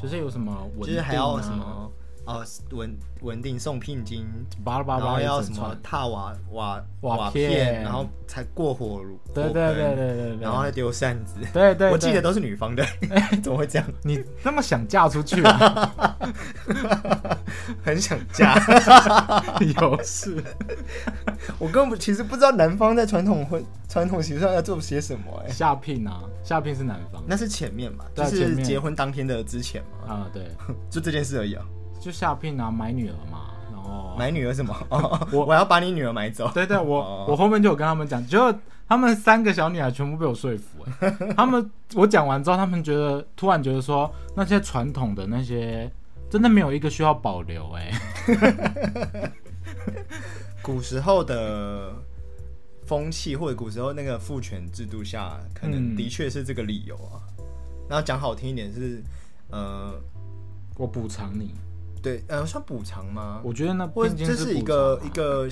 Speaker 1: 就是有什么稳定、啊，
Speaker 2: 就是还要什么哦，稳稳定送聘金，
Speaker 1: 巴拉巴
Speaker 2: 然
Speaker 1: 拉
Speaker 2: 后
Speaker 1: 一
Speaker 2: 要什
Speaker 1: 整
Speaker 2: 么
Speaker 1: 串
Speaker 2: 踏瓦瓦
Speaker 1: 瓦
Speaker 2: 片，
Speaker 1: 片
Speaker 2: 然后才过火炉，
Speaker 1: 对
Speaker 2: 火
Speaker 1: 对
Speaker 2: 盆
Speaker 1: 对对对对，
Speaker 2: 然后再丢扇子。
Speaker 1: 对对，
Speaker 2: 我记
Speaker 1: 对
Speaker 2: 得都是女 方的，怎么会这样？
Speaker 1: 你那么想嫁出去、啊，
Speaker 2: 很想嫁，
Speaker 1: 有事。
Speaker 2: 我根本不其实不知道男方在传统婚传统习俗上要做些什么、哎，
Speaker 1: 下聘啊，下聘是男方
Speaker 2: 那是前面嘛，
Speaker 1: 对
Speaker 2: 就
Speaker 1: 啊前
Speaker 2: 是
Speaker 1: 面
Speaker 2: 结婚当天的之前嘛，
Speaker 1: 啊、对，
Speaker 2: 就这件事而已啊。
Speaker 1: 就下聘啊，买女儿嘛，然后
Speaker 2: 买女儿什么？哦
Speaker 1: 我
Speaker 2: 我要把你女儿 买走。
Speaker 1: 对对，我、
Speaker 2: 哦
Speaker 1: 我后面就有跟他们讲，结果他们三个小女孩全部被我说服、 哎，他们我讲完之后，他们觉得突然觉得说那些传统的那些真的没有一个需要保留、哎，
Speaker 2: 古时候的风气，或者古时候那个父权制度下，可能
Speaker 1: 嗯
Speaker 2: 的确是这个理由啊。然后讲好听一点是，呃，
Speaker 1: 我补偿你，
Speaker 2: 对，呃，算补偿吗？
Speaker 1: 我觉得那
Speaker 2: 或者
Speaker 1: 毕竟
Speaker 2: 这
Speaker 1: 是
Speaker 2: 一
Speaker 1: 补
Speaker 2: 个
Speaker 1: 偿啊
Speaker 2: 一个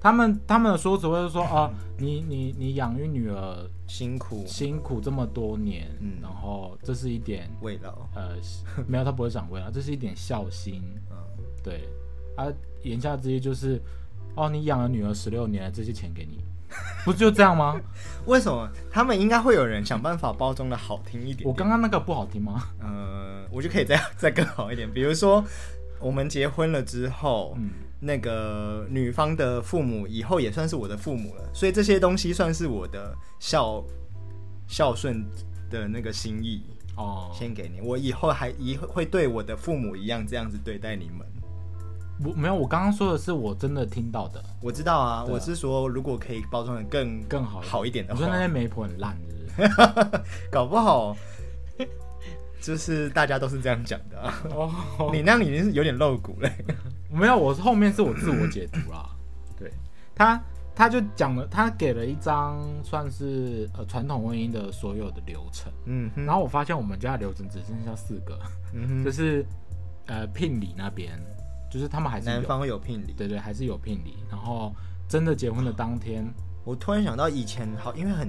Speaker 1: 他们他们的说辞会是说啊，你你你养育女儿
Speaker 2: 辛苦
Speaker 1: 辛苦这么多年，
Speaker 2: 嗯
Speaker 1: 然后这是一点
Speaker 2: 慰劳，
Speaker 1: 呃，没有，他不会掌柜了，啊这是一点孝心。
Speaker 2: 嗯，
Speaker 1: 对，啊，言下之意就是，哦，你养了女儿十六年了，这些钱给你，不就这样 吗？
Speaker 2: 为什么他们应该会有人想办法包装的好听一点
Speaker 1: 我刚刚那个不好听吗？
Speaker 2: 呃，我就可以再 再更好一点，比如说我们结婚了之后，
Speaker 1: 嗯，
Speaker 2: 那个女方的父母以后也算是我的父母了，所以这些东西算是我的孝孝顺的那个心意，
Speaker 1: 哦，
Speaker 2: 先给你。我以后还以后会对我的父母一样这样子对待你们。
Speaker 1: 我没有，我刚刚说的是我真的听到的，
Speaker 2: 我知道啊，
Speaker 1: 对啊
Speaker 2: 我是说如果可以包装的更
Speaker 1: 更好
Speaker 2: 好一点的
Speaker 1: 我说那
Speaker 2: 话，
Speaker 1: 些媒婆很烂，是不是？
Speaker 2: 搞不好 就是大家都是这样讲的、 啊。
Speaker 1: 哦，
Speaker 2: 你那样已经是有点露骨了。
Speaker 1: 没有，我后面是我自我解读啦。对他，他就讲了，他给了一张算是呃传统婚姻的所有的流程。
Speaker 2: 嗯哼，
Speaker 1: 然后我发现我们家的流程只剩下四个，
Speaker 2: 嗯
Speaker 1: 就
Speaker 2: 哼，
Speaker 1: 是呃聘礼那边，就是他们还是
Speaker 2: 男
Speaker 1: 有，
Speaker 2: 方会有聘礼。
Speaker 1: 对对，还是有聘礼。然后真的结婚的当天，
Speaker 2: 我突然想到以前好，因为很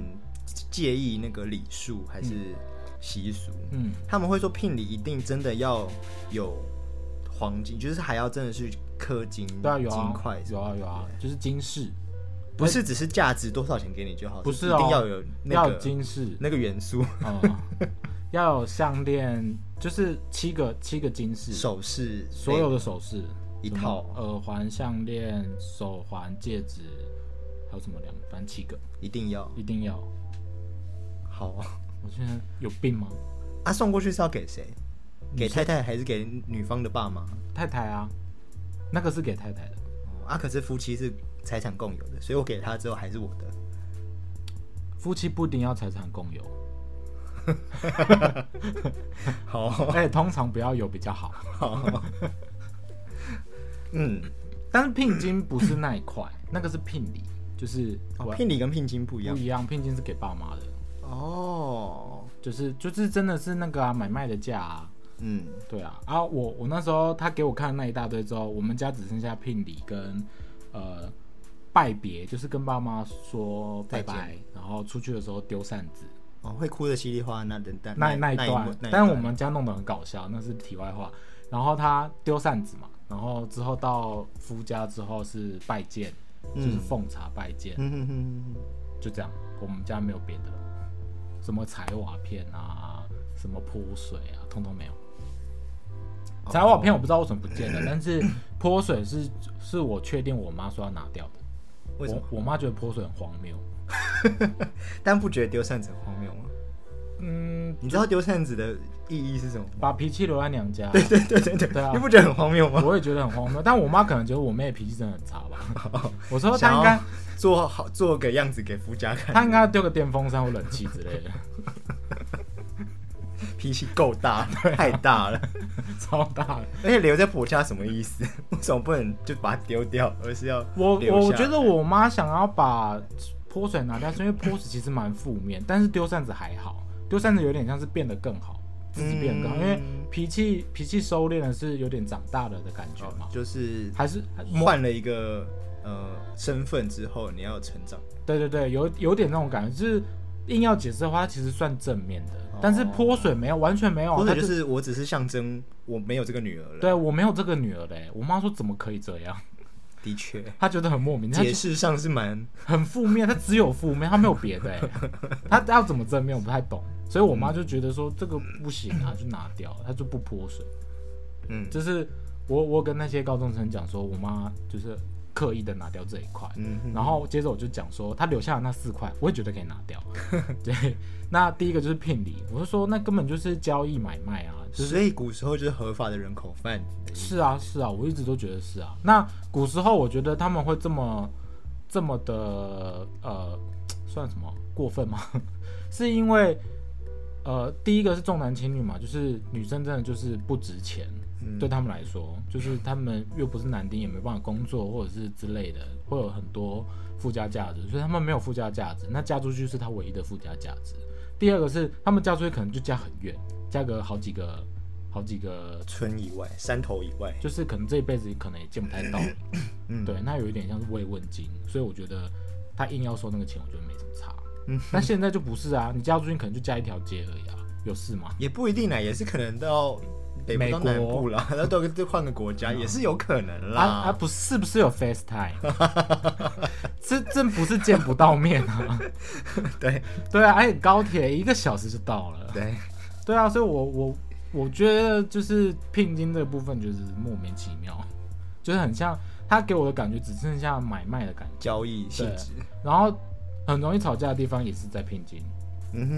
Speaker 2: 介意那个礼数还是习俗，
Speaker 1: 嗯，
Speaker 2: 他们会说聘礼一定真的要有黄金，就是还要真的是氪金、
Speaker 1: 对啊，有
Speaker 2: 金
Speaker 1: 啊
Speaker 2: 块，，
Speaker 1: 有啊有啊，就是金饰，
Speaker 2: 不是只是价值多少钱给你就好，
Speaker 1: 不是
Speaker 2: 一
Speaker 1: 哦
Speaker 2: 定要有那
Speaker 1: 要有
Speaker 2: 个
Speaker 1: 金饰，
Speaker 2: 那个元素，
Speaker 1: 嗯， 要有项链，就是七个七个金饰，
Speaker 2: 首饰
Speaker 1: 所有的首饰
Speaker 2: 一
Speaker 1: 什么
Speaker 2: 套
Speaker 1: 耳环、项链、手环、戒指，还有什么两，反正七个
Speaker 2: 哎一定要
Speaker 1: 一定要。
Speaker 2: 好啊。
Speaker 1: 我现在有病吗？
Speaker 2: 啊，送过去是要给谁？给
Speaker 1: 你说
Speaker 2: 太太还是给女方的爸妈？
Speaker 1: 太太啊，那个是给太太的。
Speaker 2: 哦啊，可是夫妻是财产共有的，所以我给他之后还是我的。
Speaker 1: 夫妻不一定要财产共有，
Speaker 2: 好啊，
Speaker 1: 哎，通常不要有比较好。
Speaker 2: 嗯，
Speaker 1: 但是聘金不是那一块，那个是聘礼，就是
Speaker 2: 哦
Speaker 1: 我
Speaker 2: 聘礼啊跟聘金不一
Speaker 1: 不
Speaker 2: 样
Speaker 1: 一样，聘金是给爸妈的，
Speaker 2: 哦。
Speaker 1: 就是就是真的是那个啊买卖的价啊，
Speaker 2: 嗯，
Speaker 1: 对啊啊我我那时候他给我看那一大堆之后，我们家只剩下聘礼跟呃拜别，就是跟爸妈说拜
Speaker 2: 再
Speaker 1: 拜，然后出去的时候丢扇子。
Speaker 2: 哦，会哭的稀里哗啦那等等
Speaker 1: 那那一
Speaker 2: 幕
Speaker 1: 段，
Speaker 2: 那一
Speaker 1: 但是我们家弄得很搞笑，那是题外话。然后他丢扇子嘛，然后之后到夫家之后是拜见，就是
Speaker 2: 嗯
Speaker 1: 奉茶拜见，
Speaker 2: 嗯哼哼
Speaker 1: 就这样。我们家没有别的，什么踩瓦片啊，什么泼水啊，通通没有。
Speaker 2: 哼，
Speaker 1: 踩瓦片我不知道为什么不见了，但是泼水是是我确定我妈说要拿掉的。
Speaker 2: 哦为什么？
Speaker 1: 我我妈觉得泼水很荒谬，
Speaker 2: 但不觉得丢扇子很荒谬吗？
Speaker 1: 嗯，
Speaker 2: 你知道丢扇子的意义是什么吗？
Speaker 1: 把脾气留在娘家，
Speaker 2: 对对对对对，
Speaker 1: 对啊
Speaker 2: 你不觉得很荒谬 吗？
Speaker 1: 我也觉得很荒谬。但我妈可能觉得我妹脾气真的很差吧。我说她
Speaker 2: 想
Speaker 1: 应
Speaker 2: 要
Speaker 1: 该，
Speaker 2: 做好做个样子给夫家看，
Speaker 1: 她应该丢个电风扇或冷气之类的，
Speaker 2: 脾气够 大，
Speaker 1: 啊
Speaker 2: 太大了。
Speaker 1: 超大的。
Speaker 2: 而且留在婆家什么意思？ 为什么不能就把它丢掉，而是要
Speaker 1: 我
Speaker 2: 留下
Speaker 1: 我觉得我妈想要把泼水拿掉，是因为泼水其实蛮负面，但是丢扇子还好，丢扇子有点像是变得更好，自己变得更好，
Speaker 2: 嗯
Speaker 1: 因为脾气脾气收敛了，是有点长大了的感觉嘛，
Speaker 2: 就是
Speaker 1: 还是
Speaker 2: 换了一个呃身份之后，你要有成长。
Speaker 1: 对对对，有有点那种感觉，就是硬要解释的话，它其实算正面的，但是泼水没有，完全没有，啊
Speaker 2: 或者
Speaker 1: 它
Speaker 2: 就
Speaker 1: 哦就是
Speaker 2: 我只是象征我没有这个女儿了。
Speaker 1: 对啊我没有这个女儿嘞，我妈说怎么可以这样，
Speaker 2: 的确，
Speaker 1: 她觉得很莫名，她觉
Speaker 2: 解
Speaker 1: 得
Speaker 2: 释上是蛮
Speaker 1: 很负面，她只有负面，她没有别 的欸，她要怎么正面我不太懂，所以我妈就觉得说这个不行啊，就拿掉，她就不泼水，
Speaker 2: 嗯
Speaker 1: 就是我我跟那些高中生讲说，我妈就是刻意的拿掉这一块，
Speaker 2: 嗯哼
Speaker 1: 然后接着我就讲说，他留下的那四块，我也觉得可以拿掉。对，那第一个就是聘礼，我就说那根本就是交易买卖啊，就是
Speaker 2: 所以古时候就是合法的人口贩子。
Speaker 1: 是啊是啊，我一直都觉得是啊。那古时候我觉得他们会这么这么的呃，算什么过分吗？ 是因为呃，第一个是重男轻女嘛，就是女生真的就是不值钱，
Speaker 2: 嗯
Speaker 1: 对他们来说，就是他们又不是男丁，也没办法工作或者是之类的，会有很多附加价值，所以他们没有附加价值。那嫁出去是他唯一的附加价值。第二个是他们嫁出去可能就嫁很远，嫁个好几个好几个，
Speaker 2: 村以外，山头以外，
Speaker 1: 就是可能这一辈子可能也见不太到。
Speaker 2: 嗯，
Speaker 1: 对，那有一点像是慰问金，所以我觉得他硬要收那个钱，我觉得没什么差。
Speaker 2: 嗯，
Speaker 1: 但现在就不是啊，你嫁出去可能就嫁一条街而已啊，有事吗？
Speaker 2: 也不一定啊啦，也是可能到北部
Speaker 1: 美
Speaker 2: 到
Speaker 1: 国
Speaker 2: 南部 啦，然后都都换个国家，也是有可能啦。
Speaker 1: 啊啊，不是不是有 FaceTime，这 这不是见不到面啊？
Speaker 2: 对
Speaker 1: 对啊，而且高铁一个小时就到了。
Speaker 2: 对，
Speaker 1: 对啊，所以我我我觉得就是聘金这个部分就是莫名其妙，就是很像他给我的感觉只剩下买卖的感觉，
Speaker 2: 交易性质，
Speaker 1: 然后很容易吵架的地方也是在聘金，
Speaker 2: 嗯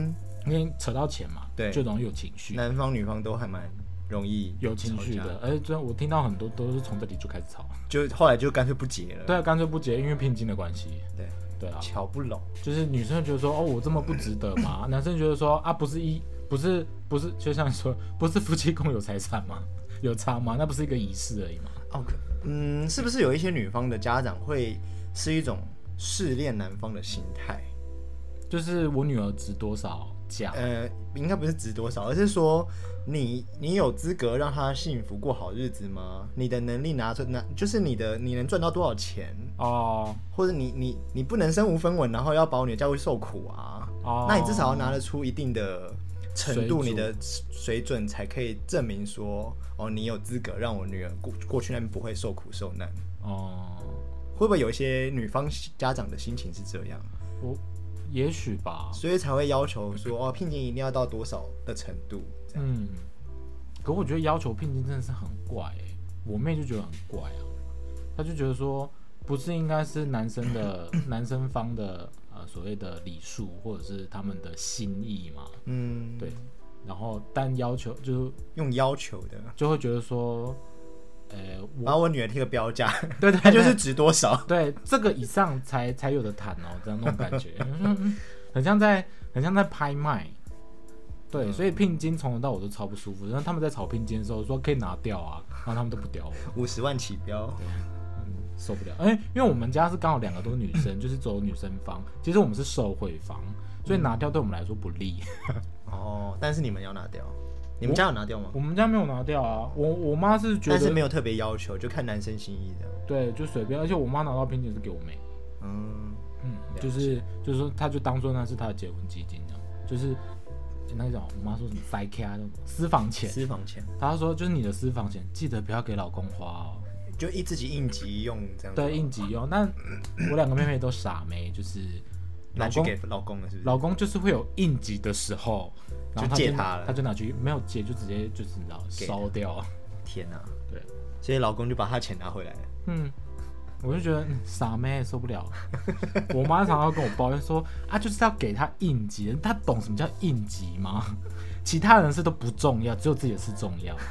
Speaker 2: 哼，
Speaker 1: 因为扯到钱嘛，
Speaker 2: 对
Speaker 1: 就容易有情绪。
Speaker 2: 男方女方都还蛮容易
Speaker 1: 有情绪
Speaker 2: 吵
Speaker 1: 的
Speaker 2: 架，，
Speaker 1: 而且真的我听到很多都是从这里就开始吵，
Speaker 2: 就后来就干脆不结了。
Speaker 1: 对啊，干脆不结，因为聘金的关系，
Speaker 2: 对，
Speaker 1: 对啊，
Speaker 2: 瞧不拢，
Speaker 1: 就是女生觉得说哦我这么不值得嘛， 男生觉得说啊不是一不是不是，就像你说不是夫妻共有财产吗？有差吗？那不是一个仪式而已吗？
Speaker 2: 哦，嗯，是不是有一些女方的家长会是一种试炼男方的心态？
Speaker 1: 就是我女儿值多少价？
Speaker 2: 呃，应该不是值多少，而是说你你有资格让她幸福过好日子吗？你的能力拿出拿，就是你的你能赚到多少钱，
Speaker 1: 哦
Speaker 2: 或者你你你不能身无分文，然后要保你的家会受苦啊。
Speaker 1: 哦，
Speaker 2: 那你至少要拿得出一定的程度，
Speaker 1: 水准
Speaker 2: 你的水准才可以证明说，哦，你有资格让我女儿过过去那边不会受苦受难。
Speaker 1: 哦，
Speaker 2: 会不会有一些女方家长的心情是这样，
Speaker 1: 我也许吧，
Speaker 2: 所以才会要求说，哦，聘金一定要到多少的程度？这样
Speaker 1: 嗯，可我觉得要求聘金真的是很怪、欸，我妹就觉得很怪啊，她就觉得说不是应该是男生 的男生方的呃所谓的礼数或者是他们的心意嘛，
Speaker 2: 嗯，
Speaker 1: 对，然后但要求就
Speaker 2: 用要求的，
Speaker 1: 就会觉得说，呃， 我
Speaker 2: 然后我女儿贴个标价，
Speaker 1: 对对
Speaker 2: 她
Speaker 1: 对，
Speaker 2: 就是值多少。
Speaker 1: 对这个以上才才有的谈哦，这样那种感 觉，嗯很像在很像在拍卖。对，所以
Speaker 2: 嗯
Speaker 1: 聘金从头到尾都超不舒服。然后他们在吵聘金的时候说可以拿掉啊，然后他们都不屌我，
Speaker 2: 五十万起标，
Speaker 1: 受不了。哎、因为我们家是刚好两个都是女生，就是走女生方，其实我们是受贿方，所以
Speaker 2: 嗯
Speaker 1: 拿掉对我们来说不利。
Speaker 2: 哦，但是你们要拿掉，你们家有拿掉吗？
Speaker 1: 我们家没有拿掉啊，我我妈是觉
Speaker 2: 但是
Speaker 1: 得
Speaker 2: 没有特别要求，就看男生心意这样。
Speaker 1: 对就随便，而且我妈拿到聘金是给我妹，
Speaker 2: 嗯，
Speaker 1: 嗯，
Speaker 2: 了
Speaker 1: 就是就是说，他就当做那是他的结婚基金这样，就是诶那个叫什么我妈说什么塞卡那种私房钱，
Speaker 2: 私房钱
Speaker 1: 她说就是你的私房钱，记得不要给老公花哦，
Speaker 2: 就一自己应急用这样子吗。
Speaker 1: 对，应急用。那我两个妹妹都傻妹，就是老
Speaker 2: 拿去
Speaker 1: 公
Speaker 2: 给老公了，是不是？
Speaker 1: 老公就是会有应急的时候，然后她
Speaker 2: 就借他了
Speaker 1: 她就拿去没有借就直接就是你知道
Speaker 2: 给
Speaker 1: 烧掉，
Speaker 2: 天哪、
Speaker 1: 对，
Speaker 2: 所以老公就把他钱拿回来了。
Speaker 1: 嗯，我就觉得嗯傻妹受不了了。我妈常常跟我抱怨说啊，就是要给她应急，她懂什么叫应急吗？ 其他人的事都不重要，只有自己的事重要。
Speaker 2: 啊，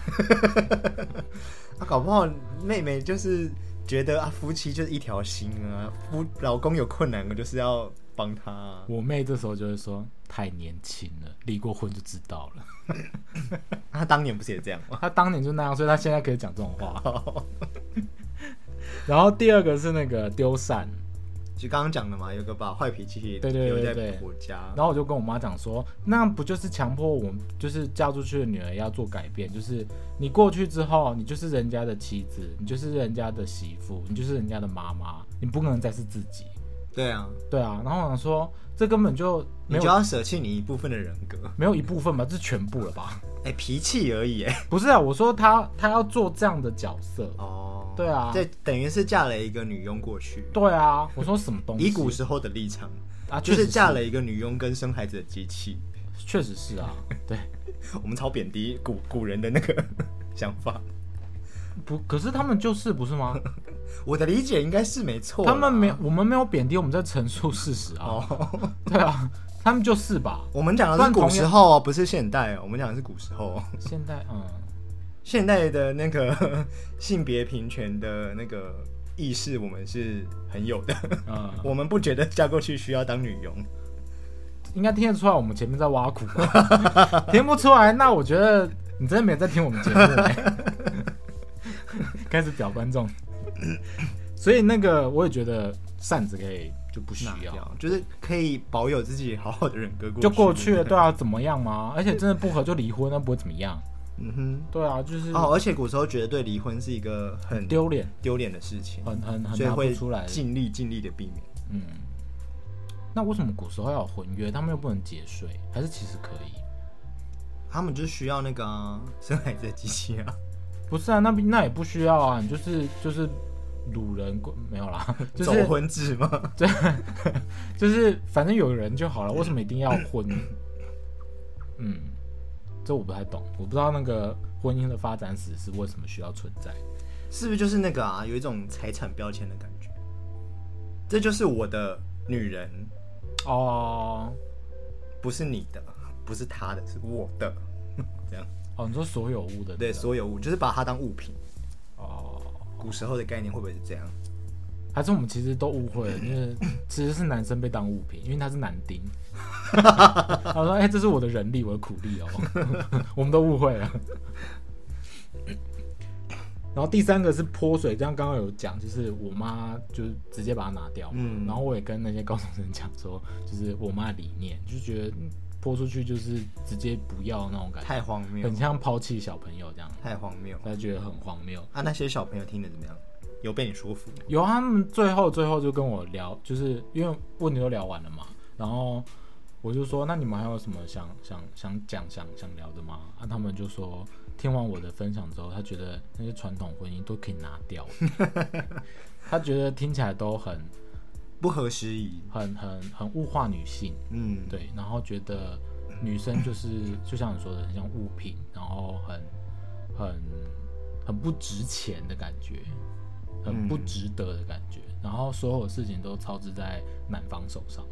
Speaker 2: 搞不好妹妹就是觉得啊，夫妻就是一条心啊，夫老公有困难，我就是要帮他、啊。
Speaker 1: 我妹这时候就会说太年轻了，离过婚就知道了。
Speaker 2: 他啊当年不是也这样吗？
Speaker 1: 她当年就那样，所以她现在可以讲这种话。然后第二个是那个丢伞，
Speaker 2: 就刚刚讲的嘛，有个把坏脾气
Speaker 1: 对对对
Speaker 2: 留在
Speaker 1: 对对
Speaker 2: 婆家
Speaker 1: 然，后我就跟我妈讲说，那不就是强迫我们就是嫁出去的女儿要做改变，就是你过去之后，你就是人家的妻子，你就是人家的媳妇，你就是人家的妈妈，你不可能再是自己。
Speaker 2: 对啊，
Speaker 1: 对啊，然后我想说，这根本就没
Speaker 2: 你就
Speaker 1: 有
Speaker 2: 要舍弃你一部分的人格，
Speaker 1: 没有一部分吧，这是全部了吧？
Speaker 2: 哎、脾气而已，哎，
Speaker 1: 不是啊，我说她她要做这样的角色，
Speaker 2: 哦，
Speaker 1: 对啊
Speaker 2: 这等于是嫁了一个女佣过去，
Speaker 1: 对啊，我说什么东西？
Speaker 2: 以古时候的立场，
Speaker 1: 啊，
Speaker 2: 就
Speaker 1: 确实
Speaker 2: 是嫁了一个女佣跟生孩子的机器，
Speaker 1: 确实是啊，对，
Speaker 2: 我们超贬低古古人的那个 想法。
Speaker 1: 不，可是他们就是不是 吗？
Speaker 2: 我的理解应该是没错啦，
Speaker 1: 他们没有，我们没有贬低，我们在陈述事实啊。
Speaker 2: 啊哦，
Speaker 1: 对啊，他们就是吧。
Speaker 2: 我们讲的是古时候哦，不是现代哦，我们讲的是古时候哦。
Speaker 1: 现在， 嗯，
Speaker 2: 现代的那个 性别平权的那个意识，我们是很有的。
Speaker 1: 呃，
Speaker 2: 我们不觉得嫁过去需要当女佣，
Speaker 1: 应该听得出来我们前面在挖苦吧？ 听不出来，那我觉得你真的没有在听我们节目、 欸。开始表观众，所以那个我也觉得扇子可以就不需
Speaker 2: 拿
Speaker 1: 要，
Speaker 2: 掉就是可以保有自己好好的人格过去
Speaker 1: 就过去了，对啊，怎么样嘛？而且真的不合就离婚，那不会怎么样。
Speaker 2: 嗯
Speaker 1: 对啊，就是
Speaker 2: 哼，哦，而且古时候觉得对离婚是一个很
Speaker 1: 丢脸，
Speaker 2: 丢嗯脸的事情，
Speaker 1: 很很很
Speaker 2: 所以
Speaker 1: 拿不
Speaker 2: 会
Speaker 1: 出来。
Speaker 2: 尽力尽力的避免。
Speaker 1: 嗯，那为什么古时候要有婚约？他们又不能节税，还是其实可以？
Speaker 2: 他们就需要那个啊、 生孩子的机器啊，
Speaker 1: 不是啊，那边那也不需要啊，你就是就是掳人过没有啦， 就
Speaker 2: 走
Speaker 1: 是
Speaker 2: 婚制吗？
Speaker 1: 就是反正有人就好了，为什么一定要 婚？嗯，这我不太懂，我不知道那个婚姻的发展史是为什么需要存在。
Speaker 2: 是不是就是那个啊？有一种财产标签的感觉，这就是我的女人，
Speaker 1: 哦
Speaker 2: 不是你的，不是他的，是我的，这样
Speaker 1: 哦，你说所有物的那个
Speaker 2: 对所有物，就是把它当物品。
Speaker 1: 哦，
Speaker 2: 古时候的概念会不会是这样？
Speaker 1: 还是我们其实都误会 了，就是其实是男生被当物品，因为他是男丁。他说：“哎、这是我的人力，我的苦力哦。” 我们都误会了。然后第三个是泼水，这样刚刚有讲，就是我妈就是直接把它拿掉。
Speaker 2: 嗯
Speaker 1: 然后我也跟那些高中生讲说，就是我妈的理念，就觉得嗯泼出去就是直接不要那种感觉，
Speaker 2: 太荒谬
Speaker 1: 哎很，像抛弃小朋友这样，
Speaker 2: 太荒谬
Speaker 1: 她觉得很荒谬。
Speaker 2: 啊！那些小朋友听得怎么样？有被你说服？
Speaker 1: 有啊他们最后最后就跟我聊，就是因为问题都聊完了嘛，然后我就说那你们还有什么想想想讲想想聊的吗？啊，他们就说听完我的分享之后，他觉得那些传统婚姻都可以拿掉， 他觉得听起来都很
Speaker 2: 不合时宜。
Speaker 1: 很很很物化女性，
Speaker 2: 嗯，
Speaker 1: 对，然后觉得女生就是就像你说的，很像物品，然后很很很不值钱的感觉，很不
Speaker 2: 嗯
Speaker 1: 值得的感觉，然后所有事情都操之在男方手上。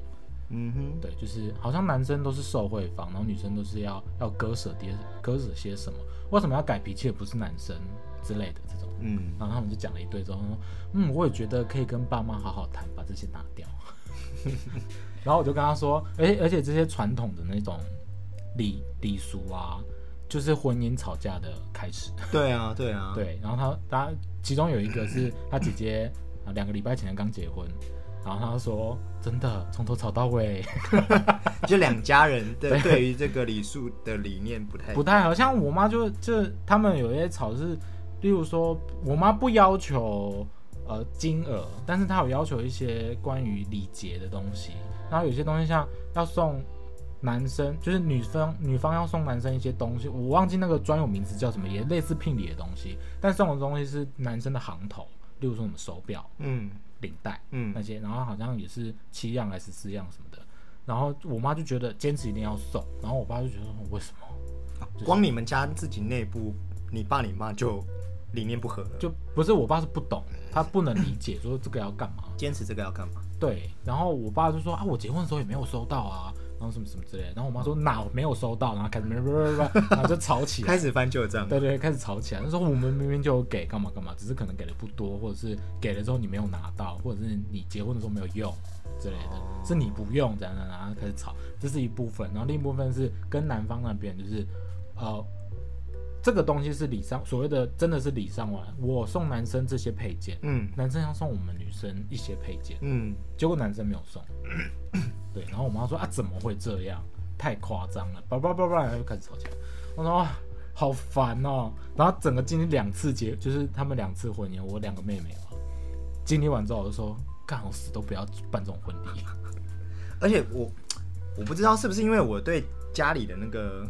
Speaker 2: 嗯哼，
Speaker 1: 对，就是好像男生都是受贿方，然后女生都是要要割舍些割舍些什么，为什么要改脾气的不是男生之类的这种。
Speaker 2: 嗯，
Speaker 1: 然后他们就讲了一堆之后，他说嗯，我也觉得可以跟爸妈好好谈，把这些拿掉。 然后我就跟他说，而且而且这些传统的那种礼礼俗啊，就是婚姻吵架的开始。
Speaker 2: 对啊，对啊，，
Speaker 1: 对，然后他他其中有一个是他姐姐啊，两个礼拜前刚结婚，然后他说真的从头吵到尾，
Speaker 2: 就两家人的对于这个礼数的理念不太
Speaker 1: 不太好像我妈就就他们有一些吵是，例如说我妈不要求呃金额，但是她有要求一些关于礼节的东西，然后有些东西像要送男生，就是女方女方要送男生一些东西，我忘记那个专有名词叫什么，也类似聘礼的东西，但送的东西是男生的行头，例如说什么手表、
Speaker 2: 嗯
Speaker 1: 领带那
Speaker 2: 嗯，
Speaker 1: 些，然后好像也是七样还是四样什么的，然后我妈就觉得坚持一定要送，然后我爸就觉得为什么？
Speaker 2: 光你们家自己内部，你爸你妈就理念不合了，
Speaker 1: 就不是我爸是不懂，他不能理解说这个要干嘛。
Speaker 2: 坚持这个要干嘛？
Speaker 1: 对，然后我爸就说啊，我结婚的时候也没有收到啊，然后什么什么之类的。然后我妈说哪我没有收到，然后开始 然后就吵起来。
Speaker 2: 开始翻旧账，
Speaker 1: 啊对对，开始吵起来。那时候我们明明就有给干嘛干嘛，只是可能给的不多，或者是给了之后你没有拿到，或者是你结婚的时候没有用之类
Speaker 2: 哦
Speaker 1: 的，是你不用这样这样，然后开始吵，这是一部分。然后另一部分是跟男方那边就是，呃，这个东西是礼尚所谓的真的是礼尚往来，我送男生这些配件，
Speaker 2: 嗯
Speaker 1: 男生要送我们女生一些配件。
Speaker 2: 嗯，
Speaker 1: 结果男生没有送。对，然后我妈说啊，怎么会这样？太夸张了，叭叭叭叭，然后就开始吵架。我说、啊好烦哦。然后整个经历两次结，就是他们两次婚姻，我两个妹妹嘛，经历完之后我就说，干，我死都不要办这种婚礼。
Speaker 2: 而且我我不知道是不是因为我对家里的那个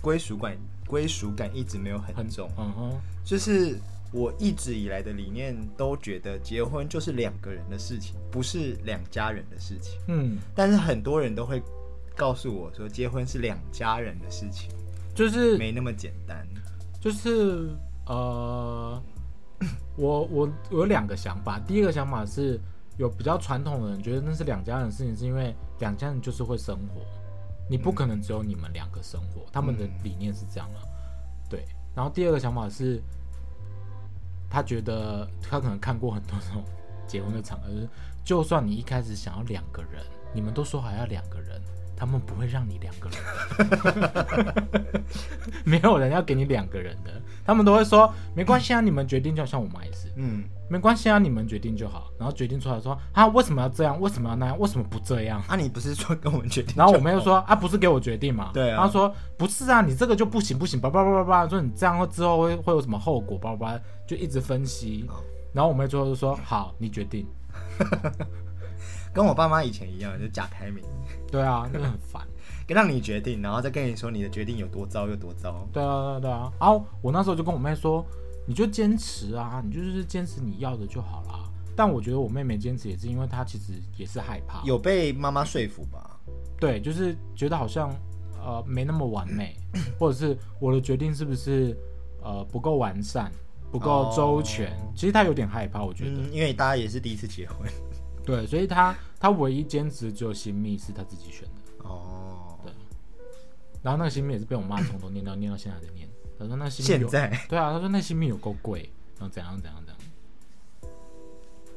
Speaker 2: 归属感归属感一直没有很重，
Speaker 1: 嗯哼，
Speaker 2: 就是我一直以来的理念都觉得结婚就是两个人的事情，不是两家人的事情。
Speaker 1: 嗯，
Speaker 2: 但是很多人都会告诉我说，结婚是两家人的事情，
Speaker 1: 就是
Speaker 2: 没那么简单。
Speaker 1: 就是呃，我我我有两个想法。第一个想法是有比较传统的人觉得那是两家人的事情，是因为两家人就是会生活，你不可能只有你们两个生活，他们的理念是这样的、啊对，然后第二个想法是，他觉得他可能看过很多这种结婚的场合，就是就算你一开始想要两个人，你们都说好要两个人。他们不会让你两个人， 没有人要给你两个人的，他们都会说没关系啊，你们决定就好像我妈也是，
Speaker 2: 嗯，
Speaker 1: 没关系啊，你们决定就好。然后决定出来说啊，为什么要这样？为什么要那样？为什么不这样？
Speaker 2: 啊，你不是说跟我们决定？
Speaker 1: 然后我妹就，说啊，不是给我决定嘛？
Speaker 2: 对啊
Speaker 1: 她说不是啊，你这个就不行不行，叭叭叭叭叭，说你这样会之后会会有什么后果？叭叭叭，就一直分析
Speaker 2: 哦。
Speaker 1: 然后我妹最后就说好，你决定。
Speaker 2: 跟我爸妈以前一样，就假开明，
Speaker 1: 对啊，那很烦。
Speaker 2: 让你决定，然后再跟你说你的决定有多糟有多糟。
Speaker 1: 对啊，对啊，对啊。然后我那时候就跟我妹说，你就坚持啊，你就是坚持你要的就好啦。但我觉得我妹妹坚持也是因为她其实也是害怕，
Speaker 2: 有被妈妈说服吧？
Speaker 1: 对，就是觉得好像呃没那么完 美，或者是我的决定是不是呃不够完善、不够周全。其实他有点害怕，我觉得。
Speaker 2: 哦嗯，因为大家也是第一次结婚。
Speaker 1: 对，所以他他唯一坚持只有新密是他自己选的，
Speaker 2: 哦，
Speaker 1: 然后那个新密也是被我妈从头念到念到现在还在念。他说那新密
Speaker 2: 现
Speaker 1: 有
Speaker 2: 在
Speaker 1: 对啊，他说那新密有够贵，然后怎样怎样怎样。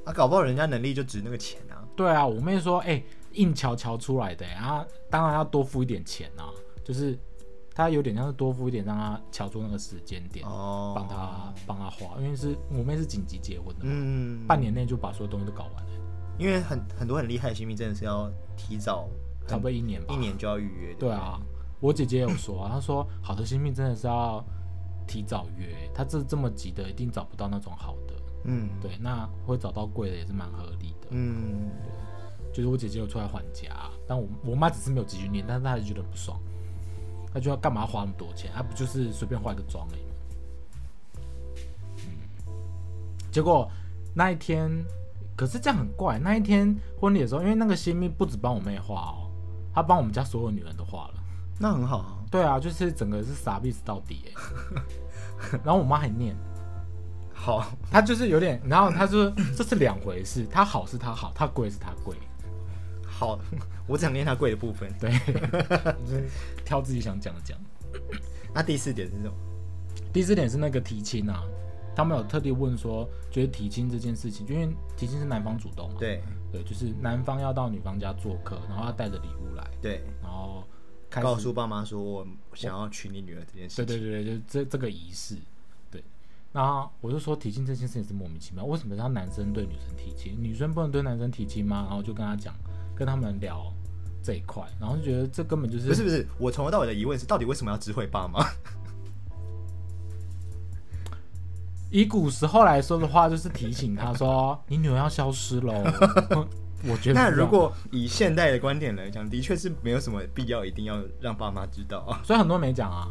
Speaker 2: 啊，搞不好人家能力就值那个钱啊。
Speaker 1: 对啊，我妹说，哎、硬瞧瞧出来的、欸，啊，当然要多付一点钱啊，就是他有点像是多付一点，让他瞧出那个时间点。
Speaker 2: 哦，
Speaker 1: 帮他帮他花，因为是我妹是紧急结婚的嘛，
Speaker 2: 嗯，
Speaker 1: 半年内就把所有东西都搞完了，
Speaker 2: 因为很很多很厉害的新兵真的是要提早很
Speaker 1: 差不多一年吧。
Speaker 2: 一年就要预约的。
Speaker 1: 对啊，我姐姐也有说啊，她说好的新命真的是要提早约，她这这么急的一定找不到那种好的，
Speaker 2: 嗯，
Speaker 1: 对，那会找到贵的也是蛮合理的。
Speaker 2: 嗯，
Speaker 1: 就是我姐姐有出来还价，但我我妈只是没有继续念，但是她还是觉得很不爽，她就要干嘛花那么多钱？她不就是随便化一个妆而已吗？嗯，结果那一天，可是这样很怪。那一天婚礼的时候，因为那个新密不止帮我妹化哦，她帮我们家所有女人都化了。
Speaker 2: 那很好啊。
Speaker 1: 对啊，就是整个是傻逼死到底欸然后我妈还念，
Speaker 2: 好，
Speaker 1: 她就是有点，然后她就说这是两回事，她好是她好，她贵是她贵。
Speaker 2: 好， 我只想念他贵的部分。
Speaker 1: 对，就是挑自己想讲的讲。
Speaker 2: 那第四点是什么？
Speaker 1: 第四点是那个提亲啊，他们有特地问说，觉得提亲这件事情，因为提亲是男方主动嘛，
Speaker 2: 对
Speaker 1: 对，就是男方要到女方家做客，然后要带着礼物来，
Speaker 2: 对，
Speaker 1: 然后开始
Speaker 2: 告诉爸妈说我想要娶你女儿这件事
Speaker 1: 对
Speaker 2: 情。
Speaker 1: 对对对，就是这这个仪式，对。那我就说提亲这件事情是莫名其妙，为什么要男生对女生提亲，女生不能对男生提亲吗？然后就跟他讲，跟他们聊这一块，然后就觉得这根本就是
Speaker 2: 不是不是，我从头到尾的疑问是，到底为什么要知会爸 妈？
Speaker 1: 以古时候来说的话，就是提醒他说：“你女儿要消失喽。” 我觉得是这样，
Speaker 2: 那如果以现代的观点来讲，的确是没有什么必要一定要让爸妈知道啊，
Speaker 1: 所以很多人没讲啊，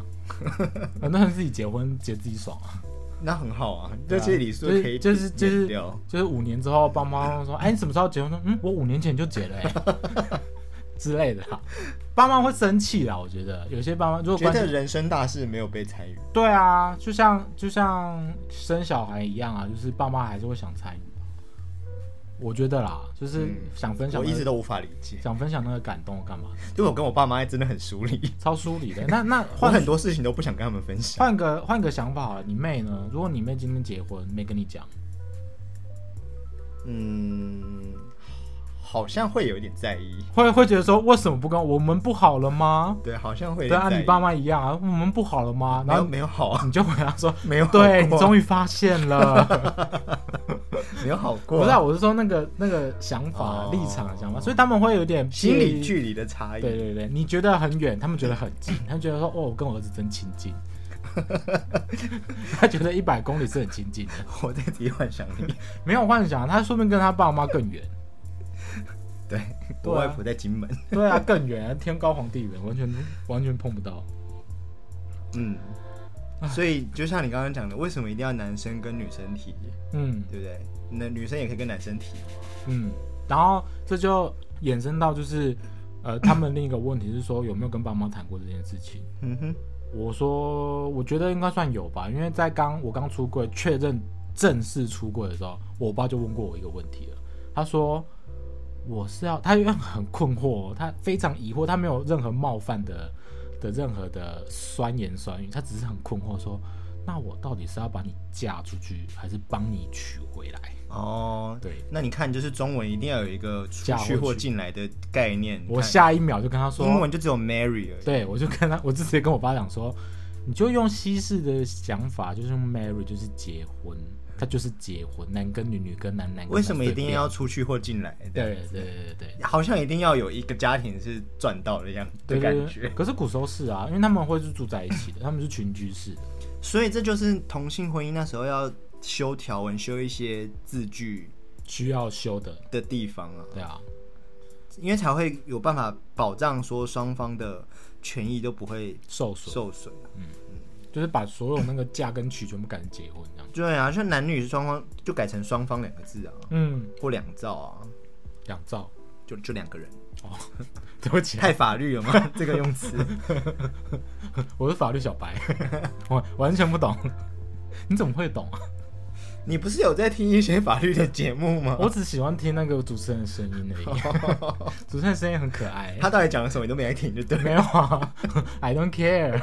Speaker 1: 很多人自己结婚结自己爽啊，
Speaker 2: 那很好啊，
Speaker 1: 对
Speaker 2: 这
Speaker 1: 啊
Speaker 2: 些礼数
Speaker 1: 就是
Speaker 2: 可以
Speaker 1: 就是就是
Speaker 2: 免掉
Speaker 1: 就是五年之后，哎 爸妈说：“哎，你什么时候结婚？”说：“嗯，我五年前就结了、欸，之类的啦。爸妈会生气啦，我觉得有些爸妈如果
Speaker 2: 觉
Speaker 1: 关
Speaker 2: 得
Speaker 1: 系
Speaker 2: 人生大事没有被参与，
Speaker 1: 对啊，就像就像生小孩一样啊，就是爸妈还是会想参与吧。我觉得啦，就是
Speaker 2: 嗯
Speaker 1: 想分享、
Speaker 2: 我
Speaker 1: 那
Speaker 2: 一
Speaker 1: 个
Speaker 2: 直都无法理解。
Speaker 1: 想分享那个感动干嘛？
Speaker 2: 就我跟我爸妈真的很疏 离，
Speaker 1: 超疏离的。那那
Speaker 2: 我
Speaker 1: 换
Speaker 2: 很多事情都不想跟他们分享。
Speaker 1: 换个换个想法好了，你妹呢？如果你妹今天结婚没跟你讲，
Speaker 2: 嗯，好像会有一点在意，
Speaker 1: 会会觉得说为什么不跟我们不好了吗？
Speaker 2: 对，好像会
Speaker 1: 对
Speaker 2: 有点
Speaker 1: 啊，
Speaker 2: 在意。
Speaker 1: 你爸妈一样啊，我们不好了吗？
Speaker 2: 没
Speaker 1: 然
Speaker 2: 有
Speaker 1: 后
Speaker 2: 没有好 啊，
Speaker 1: 你就回答说，
Speaker 2: 没有好
Speaker 1: 对你
Speaker 2: 过
Speaker 1: 终于发现了。
Speaker 2: 没有好过，
Speaker 1: 不是、啊，我是说那个那个想法
Speaker 2: 哦
Speaker 1: 立场的想法，所以他们会有点
Speaker 2: 心
Speaker 1: 介
Speaker 2: 理
Speaker 1: 意
Speaker 2: 距离的差异。
Speaker 1: 对对对，你觉得很远，他们觉得很近，他们觉得说哦，我跟我儿子真亲近。他觉得一百公里是很亲近的，
Speaker 2: 我在自己幻想里，
Speaker 1: 没有幻想，他说不定跟他爸妈更远。
Speaker 2: 对
Speaker 1: 对啊
Speaker 2: 我外婆在金门，
Speaker 1: 对啊，更远，天高皇帝远，完全完全碰不到。
Speaker 2: 嗯，所以就像你刚刚讲的，为什么一定要男生跟女生提，
Speaker 1: 嗯
Speaker 2: 对不对？那女生也可以跟男生提，
Speaker 1: 嗯，然后这就衍生到就是，呃，他们另一个问题是说有没有跟爸妈谈过这件事情？
Speaker 2: 嗯哼，
Speaker 1: 我说我觉得应该算有吧，因为在刚我刚出柜确认正式出柜的时候，我爸就问过我一个问题了，他说我是要，他因为很困惑哦、他非常疑惑，他没有任何冒犯的的任何的酸言酸语，他只是很困惑说，那我到底是要把你嫁出去，还是帮你娶回来？
Speaker 2: 哦。
Speaker 1: 对
Speaker 2: 那你看，就是中文一定要有一个出
Speaker 1: 嫁
Speaker 2: 去
Speaker 1: 或
Speaker 2: 或
Speaker 1: 娶
Speaker 2: 进来的概念。你
Speaker 1: 我
Speaker 2: 看
Speaker 1: 下一秒就跟他说，
Speaker 2: 英文就只有 marry 而已。
Speaker 1: 对，我就跟他，我就直接跟我爸讲说，你就用西式的想法，就是用 marry 就是结婚，他就是结婚，男跟女，女跟男，男跟
Speaker 2: 为什
Speaker 1: 男
Speaker 2: 么
Speaker 1: 随
Speaker 2: 一定
Speaker 1: 便
Speaker 2: 要？出去或进来？这样
Speaker 1: 对对对对
Speaker 2: 好像一定要有一个家庭是赚到的样子
Speaker 1: 对
Speaker 2: 的
Speaker 1: 对
Speaker 2: 感
Speaker 1: 对对。
Speaker 2: 觉。
Speaker 1: 可是古时候是啊，因为他们会是住在一起的，他们是群居式的。
Speaker 2: 所以这就是同性婚姻那时候要修条文、修一些字句
Speaker 1: 需要修的，
Speaker 2: 的地方啊，
Speaker 1: 对啊，
Speaker 2: 因为才会有办法保障说双方的权益都不会
Speaker 1: 受损
Speaker 2: 受损啊。
Speaker 1: 就是把所有那个嫁跟娶全部改成结婚这样。
Speaker 2: 对啊，像男女双方就改成双方两个字啊，
Speaker 1: 嗯，
Speaker 2: 或两造啊，
Speaker 1: 两兆，
Speaker 2: 就就两个人，
Speaker 1: 对不起啊，
Speaker 2: 太法律了 吗？这个用词，
Speaker 1: 我是法律小白， 我完全不懂。 你怎么会懂啊？
Speaker 2: 你不是有在听一些法律的节目吗？
Speaker 1: 我只喜欢听那个主持人的声音而 已，主持人的声音很可爱。
Speaker 2: 他到底讲了什么，你都没来听，就对 了。
Speaker 1: 没有啊，I don't care 。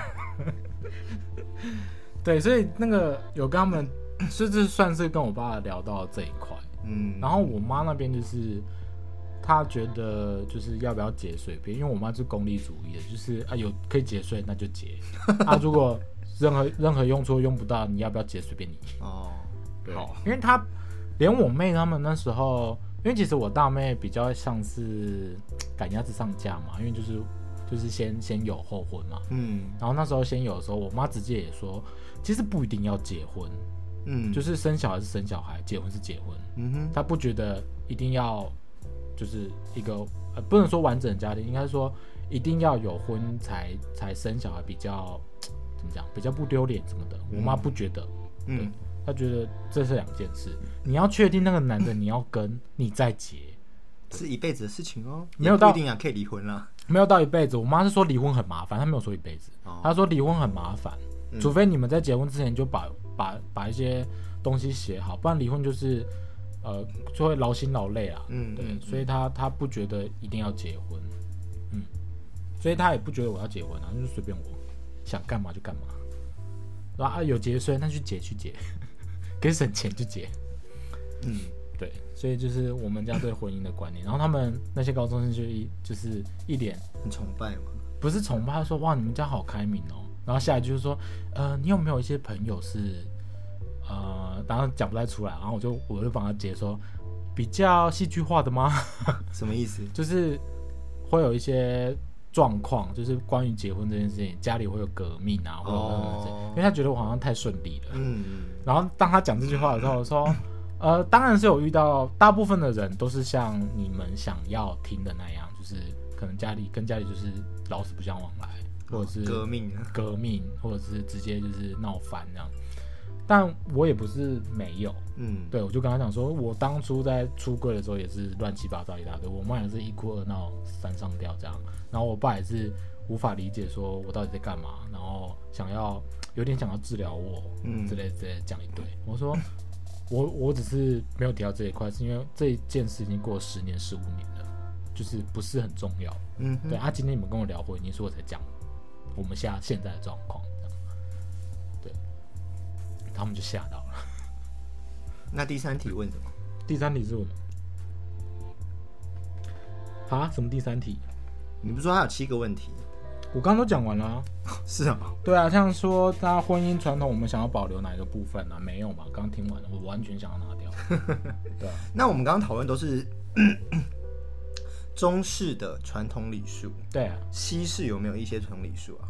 Speaker 1: 对，所以那个有跟他们， 是这算是跟我爸聊到这一块，
Speaker 2: 嗯，
Speaker 1: 然后我妈那边就是，她觉得就是要不要结水便，因为我妈是功利主义的，就是啊有可以节税那就结，啊如果任何任何用处用不到，你要不要结随便你。
Speaker 2: 哦，
Speaker 1: 对
Speaker 2: 好，，
Speaker 1: 因为她连我妹他们那时候，因为其实我大妹比较像是赶鸭子上架嘛，因为就是就是先先有后婚嘛，
Speaker 2: 嗯
Speaker 1: 然后那时候先有的时候，我妈直接也说，其实不一定要结婚，
Speaker 2: 嗯，
Speaker 1: 就是生小孩是生小孩，结婚是结婚，
Speaker 2: 嗯哼，
Speaker 1: 她不觉得一定要就是一个呃不能说完整的家庭，应该说一定要有婚才才生小孩比较怎么讲比较不丢脸什么的，我妈不觉得，
Speaker 2: 嗯，
Speaker 1: 她觉得这是两件事，你要确定那个男的你要跟你再结，
Speaker 2: 是一辈子的事情哦，
Speaker 1: 没有
Speaker 2: 也不
Speaker 1: 到
Speaker 2: 一定啊，可以离婚啦。
Speaker 1: 没有到一辈子，我妈是说离婚很麻烦，她没有说一辈子，
Speaker 2: 哦
Speaker 1: 她说离婚很麻烦，
Speaker 2: 嗯
Speaker 1: 除非你们在结婚之前就把把把一些东西写好，不然离婚就是呃就会劳心劳累啊。
Speaker 2: 嗯
Speaker 1: 对，
Speaker 2: 嗯
Speaker 1: 所以她她不觉得一定要结婚，嗯，所以她也不觉得我要结婚啊，就是随便我想干嘛就干嘛。然后啊有结税那去结去结， 可以省钱就结。
Speaker 2: 嗯，
Speaker 1: 对，所以就是我们家对婚姻的观念。然后他们那些高中生就一就是一脸
Speaker 2: 很崇拜嘛，
Speaker 1: 不是崇拜，他说哇，你们家好开明哦。然后下一句就是说，呃，你有没有一些朋友是，呃，当然讲不太出来，然后我就我就帮他解说，比较戏剧化的吗？
Speaker 2: 什么意思？
Speaker 1: 就是会有一些状况，就是关于结婚这件事情，家里会有革命啊，会有那种事情
Speaker 2: 哦
Speaker 1: 因为他觉得我好像太顺利了。
Speaker 2: 嗯，
Speaker 1: 然后当他讲这句话的时候，我说，呃，当然是有遇到，大部分的人都是像你们想要听的那样，就是可能家里跟家里就是老死不相往来，或者是
Speaker 2: 革命啊，
Speaker 1: 革命，或者是直接就是闹翻这样。但我也不是没有，
Speaker 2: 嗯，
Speaker 1: 对我就跟他讲说，我当初在出柜的时候也是乱七八糟一大堆，我妈也是一哭二闹三上吊这样，然后我爸也是无法理解说我到底在干嘛，然后想要有点想要治疗我，
Speaker 2: 嗯
Speaker 1: 之类之类讲一堆。我说我我只是没有提到这一块，是因为这一件事已经过了十年十五年了，就是不是很重要。
Speaker 2: 嗯哼
Speaker 1: 对啊，今天你们跟我聊婚姻，所以我才讲我们现在现在的状况这样。对，他们就吓到了。
Speaker 2: 那第三题问什么？
Speaker 1: 第三题是我们啊，什么第三题？
Speaker 2: 你不是说它有七个问题？
Speaker 1: 我刚刚都讲完了啊、
Speaker 2: 是啊，
Speaker 1: 对啊，像说大家婚姻传统，我们想要保留哪一个部分啊？没有嘛？刚听完了，我完全想要拿掉。对啊，
Speaker 2: 那我们刚刚讨论都是 中式的传统礼数，
Speaker 1: 对啊，
Speaker 2: 西式有没有一些传统礼数啊？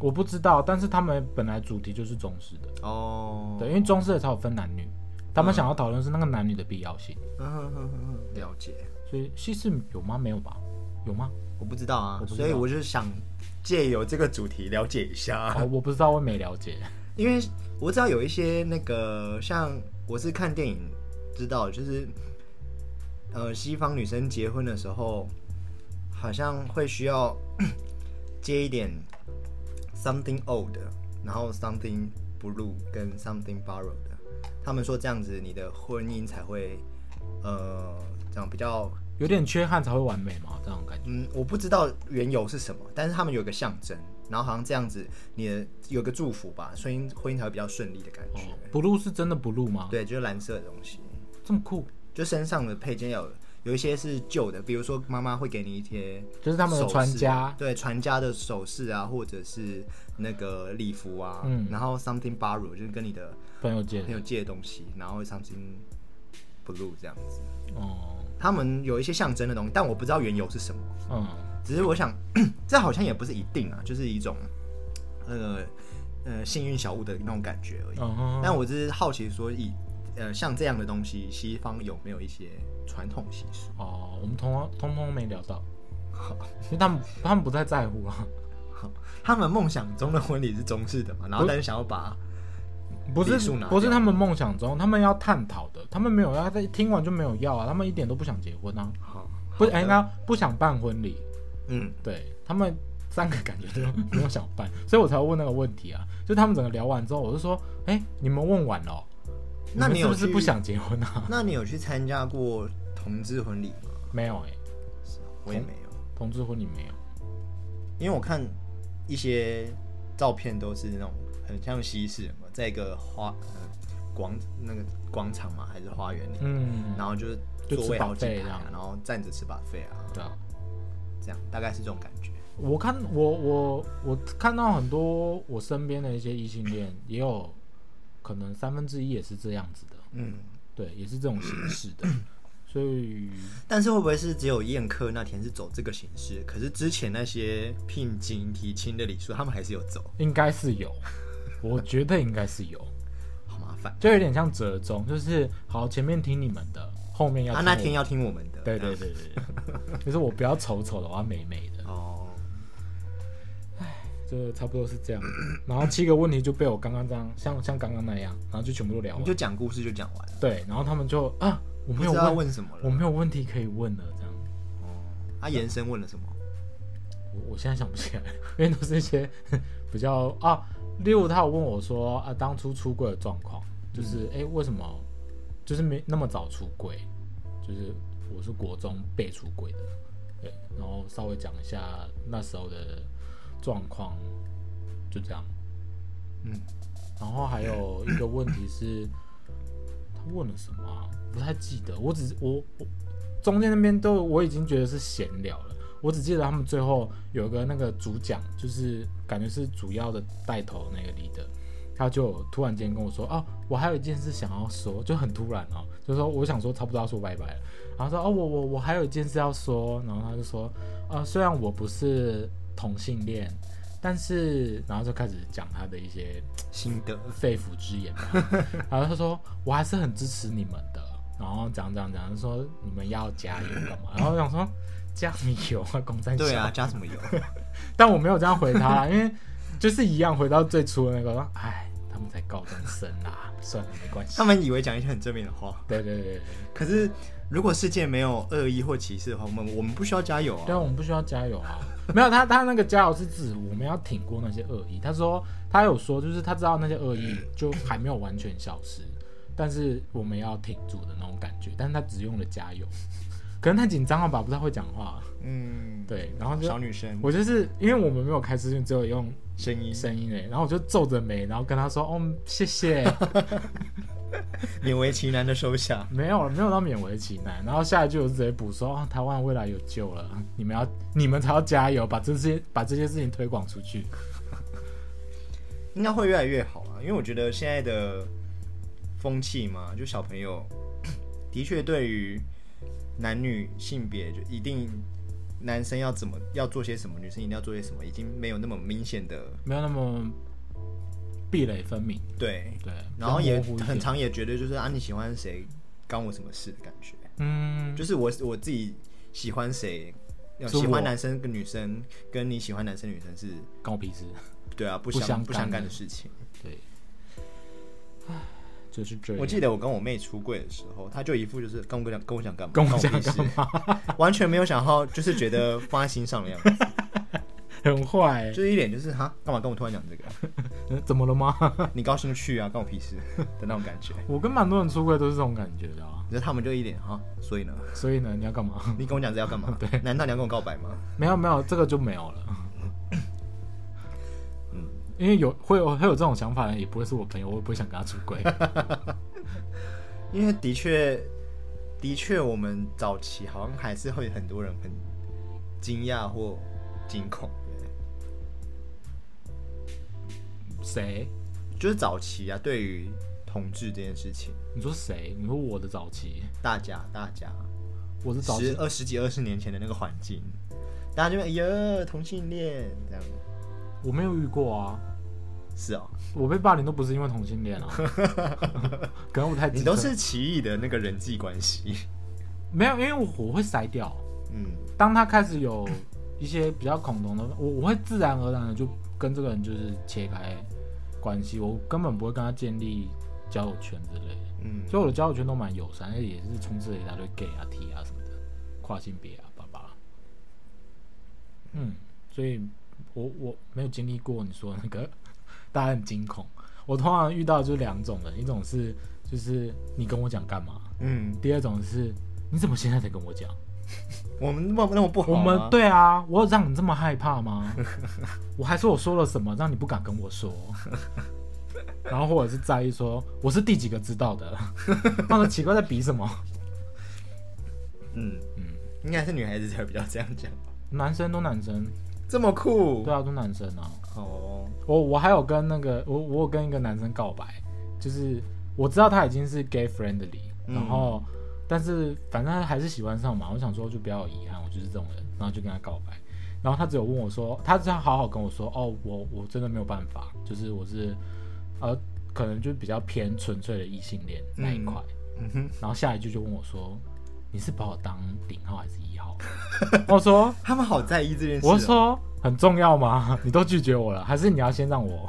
Speaker 1: 我不知道，但是他们本来主题就是中式的，
Speaker 2: 哦，
Speaker 1: 对，因为中式的才有分男女，他们想要讨论是那个男女的必要性，
Speaker 2: 嗯哼哼哼哼，了解。
Speaker 1: 所以西式有吗？没有吧？有吗？
Speaker 2: 我不知道啊，
Speaker 1: 我不知道
Speaker 2: 所以我就是想借由这个主题了解一下，
Speaker 1: 哦，我不知道，我也没了解。
Speaker 2: 因为我知道有一些那个，像我是看电影知道的，就是呃，西方女生结婚的时候，好像会需要 接一点 something old，然后 something blue 跟 something borrowed，他们说这样子你的婚姻才会呃，这样比较
Speaker 1: 有点缺憾才会完美嘛，这种感觉。
Speaker 2: 嗯，我不知道缘由是什么，但是他们有个象征，然后好像这样子，你的有个祝福吧，所以婚姻才会比较顺利的感觉。
Speaker 1: 哦，blue 是真的 blue 吗？，
Speaker 2: 对，就是蓝色的东西，
Speaker 1: 这么酷，
Speaker 2: 就身上的配件要有有一些是旧的，比如说妈妈会给你一些
Speaker 1: 就是他们的
Speaker 2: 首饰
Speaker 1: 传家，
Speaker 2: 对传家的首饰啊，或者是那个礼服啊，
Speaker 1: 嗯
Speaker 2: 然后 something borrow 就是跟你的
Speaker 1: 朋友界
Speaker 2: 朋。友借的东西，然后 something blue 这样子，
Speaker 1: 哦，
Speaker 2: 他们有一些象征的东西，但我不知道缘由是什么。
Speaker 1: 嗯，
Speaker 2: 只是我想， 这好像也不是一定啊，就是一种那个呃幸运小物的那种感觉而已。
Speaker 1: 嗯哼，
Speaker 2: 但我只是好奇说以，呃像这样的东西，西方有没有一些传统习俗？
Speaker 1: 哦，我们通通通没聊到，因为他们他们不太在乎啊，
Speaker 2: 他们梦想中的婚礼是中式的嘛，然后但是想要把
Speaker 1: 不是
Speaker 2: 礼数拿掉啊
Speaker 1: 不是他们梦想中，他们要探讨的，他们没有要在听完就没有要啊，他们一点都不想结婚啊，
Speaker 2: 好
Speaker 1: 不
Speaker 2: 好的
Speaker 1: 哎，那不想办婚礼，
Speaker 2: 嗯
Speaker 1: 对他们三个感觉都没有想办， 所以我才问那个问题啊，就他们整个聊完之后，我就说，哎，你们问完了哦，
Speaker 2: 那
Speaker 1: 你们是
Speaker 2: 你有
Speaker 1: 不是
Speaker 2: 去
Speaker 1: 不想结婚啊？
Speaker 2: 那你有去参加过同志婚礼吗？
Speaker 1: 没有哎，
Speaker 2: 是啊我也没有，
Speaker 1: 同志婚礼没有，
Speaker 2: 因为我看一些照片都是那种很像西式的嘛，在一个花呃广那个广场嘛，还是花园里，
Speaker 1: 嗯，
Speaker 2: 然后就是
Speaker 1: 就
Speaker 2: 座
Speaker 1: 吃
Speaker 2: 位好
Speaker 1: buffet
Speaker 2: 几
Speaker 1: 这
Speaker 2: 排、
Speaker 1: 样
Speaker 2: 啊，然后站着吃把费啊，
Speaker 1: 对啊。
Speaker 2: 这样大概是这种感觉。
Speaker 1: 我看我我我看到很多我身边的一些异性恋，也有可能三分之一也是这样子的，
Speaker 2: 嗯，
Speaker 1: 对，也是这种形式 的，所以
Speaker 2: 但是会不会是只有宴客那天是走这个形式？可是之前那些聘金、提亲的礼数，他们还是有走，
Speaker 1: 应该是有，我觉得应该是有，
Speaker 2: 好麻烦。
Speaker 1: 就有点像折中，就是好前面听你们的，后面要
Speaker 2: 他、
Speaker 1: 听
Speaker 2: 啊那
Speaker 1: 我
Speaker 2: 天要听我们的，
Speaker 1: 对
Speaker 2: 这
Speaker 1: 对
Speaker 2: 样
Speaker 1: 对对 对，就是我不要丑丑的，我要美美的，
Speaker 2: 哦，
Speaker 1: 就差不多是这样。然后七个问题就被我刚刚这样，像像刚刚那样，然后就全部都聊
Speaker 2: 你
Speaker 1: 完
Speaker 2: 就，讲故事就讲完了，
Speaker 1: 对，然后他们就啊，我
Speaker 2: 不
Speaker 1: 没有
Speaker 2: 知道要
Speaker 1: 问
Speaker 2: 问什么
Speaker 1: 我
Speaker 2: 了。哦
Speaker 1: 没有问题可以问了，这样。
Speaker 2: 他、延伸问了什么？
Speaker 1: 我我现在想不起来， 因为都是一些比较啊。例如，他有问我说啊，当初出柜的状况，就是哎、诶为什么就是没那么早出柜？就是我是国中被出柜的，对，然后稍微讲一下那时候的状况，就这样。
Speaker 2: 嗯，
Speaker 1: 然后还有一个问题是， 他问了什么啊、不太记得。我只我我中间那边都我已经觉得是闲聊了，我只记得他们最后有一个那个主讲，就是感觉是主要的带头那个 leader，他就突然间跟我说：“哦，我还有一件事想要说，就很突然哦，就说我想说差不多要说拜拜了。”然后说：“哦，我我我还有一件事要说。”然后他就说：“呃，虽然我不是同性恋，但是……”然后就开始讲他的一些
Speaker 2: 心得。
Speaker 1: 肺腑之言 吧。然后他说我还是很支持你们的，然后讲讲讲说你们要加油干 嘛？然后我想说加你油啊，公三小
Speaker 2: 对啊，，加什么油？
Speaker 1: 但我没有这样回他啦，因为就是一样回到最初的那个，哎，他们才高中生啦，算了，没关系。
Speaker 2: 他们以为讲一些很正面的话，
Speaker 1: 对对对对，
Speaker 2: 可是如果世界没有恶意或歧视的话，我们我们不需要加油
Speaker 1: 对
Speaker 2: 啊。
Speaker 1: 啊，我们不需要加油啊。 没有他，他那个加油是指我们要挺过那些恶意。他说他有说，就是他知道那些恶意就还没有完全消失，但是我们要挺住的那种感觉。但是他只用了加油，可能太紧张了吧，不太会讲话。
Speaker 2: 嗯，
Speaker 1: 对，然后就
Speaker 2: 小女生
Speaker 1: 我就是因为我们没有开视讯，只有用
Speaker 2: 声音
Speaker 1: 声音嘞，然后我就皱着眉，然后跟他说：“哦，谢谢。”
Speaker 2: 勉为其难的收下。
Speaker 1: 没有了，没有到勉为其难。然后下一句我就直接补说：“哦，台湾未来有救了，你们要你们才要加油，把这些把这些事情推广出去。
Speaker 2: 应该会越来越好啊，因为我觉得现在的风气嘛，就小朋友 的确对于男女性别就一定男生要怎么要做些什么，女生一定要做些什么，已经没有那么明显的”
Speaker 1: 没有那么壁垒分明，
Speaker 2: 对，
Speaker 1: 对，
Speaker 2: 然后也
Speaker 1: 比较模糊一点
Speaker 2: 很常也觉得就是啊你喜欢谁干我什么事的感觉，
Speaker 1: 嗯，
Speaker 2: 就是我我自己喜欢谁，要
Speaker 1: 是我
Speaker 2: 喜欢男生跟女生跟你喜欢男生女生是
Speaker 1: 关我屁事。
Speaker 2: 对啊不
Speaker 1: 不相
Speaker 2: 相不相
Speaker 1: 干
Speaker 2: 干
Speaker 1: 的
Speaker 2: 的事情。
Speaker 1: 对，唉，就是这样。
Speaker 2: 我记得我跟我妹出柜的时候，她就一副就是跟我讲跟我讲干嘛，
Speaker 1: 跟
Speaker 2: 干
Speaker 1: 我讲
Speaker 2: 屁事
Speaker 1: 干嘛，
Speaker 2: 完全没有想到，就是觉得放在心上的样子，
Speaker 1: 很坏、欸
Speaker 2: 就是一脸就是哈，干嘛跟我突然讲这个？
Speaker 1: 嗯怎么了吗？
Speaker 2: 你高兴去啊，关我屁事的那种感觉。
Speaker 1: 我跟蛮多人出柜都是这种感觉的啊。
Speaker 2: 然后他们就一脸哈，所以呢，
Speaker 1: 所以呢，你要干嘛？
Speaker 2: 你跟我讲这要干嘛？对，难道你要跟我告白吗？
Speaker 1: 没有没有，这个就没有了。
Speaker 2: 嗯，
Speaker 1: 因为有会有会有这种想法的人，也不会是我朋友，我也不会想跟他出轨。
Speaker 2: 因为的确，的确，我们早期好像还是会很多人很惊讶或惊恐，
Speaker 1: 谁？
Speaker 2: 就是早期啊，对于同志这件事情，
Speaker 1: 你说谁？你说我的早期，
Speaker 2: 大家大家
Speaker 1: 我的早
Speaker 2: 十
Speaker 1: 期，
Speaker 2: 二十几二十年前的那个环境，大家就哎呀同性恋这样，
Speaker 1: 我没有遇过啊。
Speaker 2: 是哦。
Speaker 1: 我被霸凌都不是因为同性 恋啊，可能我太
Speaker 2: 你
Speaker 1: 机
Speaker 2: 都
Speaker 1: 车
Speaker 2: 是奇异的那个人际关系，
Speaker 1: 没有，因为我会筛掉。
Speaker 2: 嗯，
Speaker 1: 当他开始有一些比较恐同的，我我会自然而然的就跟这个人就是切开关系，我根本不会跟他建立交友圈之类的。
Speaker 2: 嗯，
Speaker 1: 所以我的交友圈都蛮友善，而且也是充斥了一大堆 gay 啊、T 啊什么的，跨性别啊、爸爸。嗯，所以我我没有经历过你说的那个大家很惊恐。我通常遇到的就是两种人，一种是就是你跟我讲干嘛，
Speaker 2: 嗯，
Speaker 1: 第二种是你怎么现在才跟我讲？
Speaker 2: 我们那么那么不好
Speaker 1: 我
Speaker 2: 吗
Speaker 1: 们，对啊，我有让你这么害怕吗？我还说我说了什么让你不敢跟我说？然后或者是在意说我是第几个知道的，那么奇怪在比什么？
Speaker 2: 嗯
Speaker 1: 嗯
Speaker 2: 嗯，应该是女孩子才比较这样讲，
Speaker 1: 男生都男生，
Speaker 2: 这么酷，
Speaker 1: 对啊，都男生啊。
Speaker 2: 哦，
Speaker 1: 我我还有跟那个我我有跟一个男生告白，就是我知道他已经是 gay friendly，
Speaker 2: 嗯
Speaker 1: 然后、但是反正他还是喜欢上嘛，我想说就不要有遗憾，我就是这种人，然后就跟他告白，然后他只有问我说，他只要好好跟我说，哦，我我真的没有办法，就是我是呃可能就比较偏纯粹的异性恋那一块，
Speaker 2: 嗯哼，
Speaker 1: 然后下一句就问我说，你是把我当零号还是一号？ 我说。
Speaker 2: 他们好在意这件事、哦
Speaker 1: 我是，说很重要吗？ 你都拒绝我了，还是你要先让我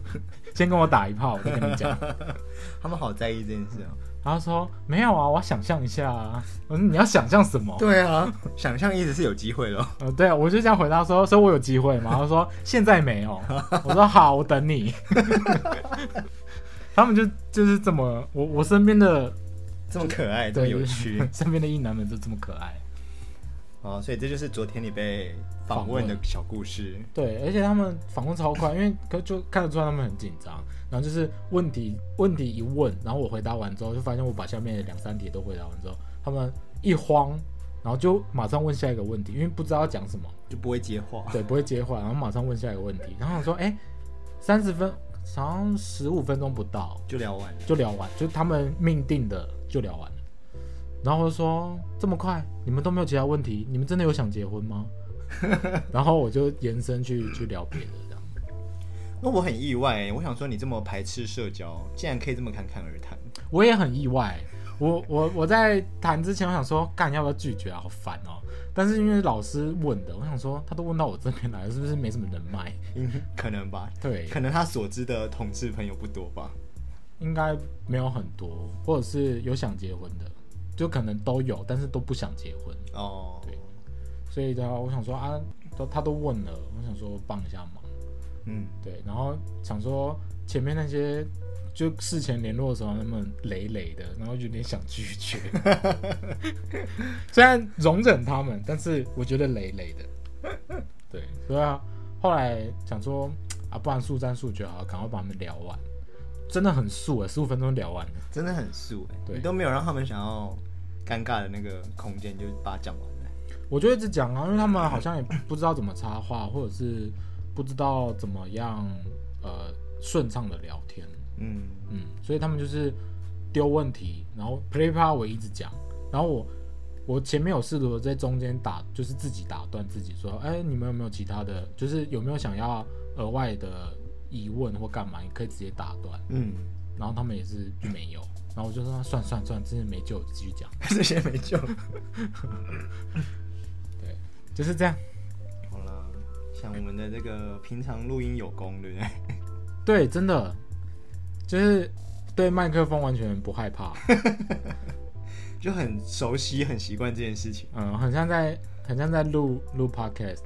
Speaker 1: 先跟我打一炮，我再跟你讲？
Speaker 2: 他们好在意这件事哦，
Speaker 1: 然后说没有啊，我要想象一下啊。我说你要想象什么？
Speaker 2: 对啊，想象一直是有机会咯。
Speaker 1: 呃，对啊，我就这样回答说，所以我有机会吗？他说现在没有。我说好，我等你。 他们就就是这么，我我身边的
Speaker 2: 这么可爱，这么
Speaker 1: 对
Speaker 2: 有趣
Speaker 1: 身边的一男们就这么可爱。
Speaker 2: 哦，所以这就是昨天你被
Speaker 1: 访
Speaker 2: 访
Speaker 1: 问
Speaker 2: 问的小故事，
Speaker 1: 对，而且他们访问超快，因为可就看得出来他们很紧张。然后就是问题问题一问，然后我回答完之后，就发现我把下面的两三题都回答完之后，他们一慌，然后就马上问下一个问题，因为不知道要讲什么，
Speaker 2: 就不会接话，
Speaker 1: 对，不会接话，然后马上问下一个问题。然后我说，哎，三十分，好像十五分钟不到，
Speaker 2: 就聊完了，
Speaker 1: 就聊完，就他们命定的就聊完了。然后我就说这么快，你们都没有其他问题，你们真的有想结婚吗？然后我就延伸去去聊别的这样。
Speaker 2: 那我很意外、我想说你这么排斥社交，竟然可以这么侃侃而谈。
Speaker 1: 我也很意外，我我我在谈之前，我想说干要不要拒绝啊，好烦哦。但是因为老师问的，我想说他都问到我这边来了，是不是没什么人脉？
Speaker 2: 嗯，可能吧，
Speaker 1: 对，
Speaker 2: 可能他所知的同志朋友不多吧。
Speaker 1: 应该没有很多，或者是有想结婚的，就可能都有，但是都不想结婚。
Speaker 2: 哦，
Speaker 1: 对所以的话，我想说啊，都他都问了，我想说帮一下忙。
Speaker 2: 嗯，
Speaker 1: 对，然后想说前面那些就事前联络的时候，他们累累的，然后有点想拒绝。虽然容忍他们，但是我觉得累累的。对，所以、啊、后来想说啊，不然速战速决好了，赶快把他们聊完。真的很速啊，十五分钟聊完了。
Speaker 2: 真的很素哎、
Speaker 1: 对
Speaker 2: 你都没有让他们想要尴尬的那个空间，就把它讲完了。
Speaker 1: 我就一直讲啊，因为他们好像也不知道怎么插话，或者是不知道怎么样呃顺畅的聊天。
Speaker 2: 嗯，
Speaker 1: 嗯，所以他们就是丢问题，然后噼里啪啦我一直讲，然后我我前面有试图在中间打，就是自己打断自己说，哎、你们有没有其他的，就是有没有想要额外的疑问或干嘛，你可以直接打断。
Speaker 2: 嗯，
Speaker 1: 然后他们也是就没有，然后我就说算算算，真的没救，继续讲，
Speaker 2: 这些没救。
Speaker 1: 就是这样。
Speaker 2: 好啦，像我们的这个平常录音有功，对不对？
Speaker 1: 对，真的就是对麦克风完全不害怕，
Speaker 2: 就很熟悉、很习惯这件事情。
Speaker 1: 嗯，很像在很像在录录 podcast，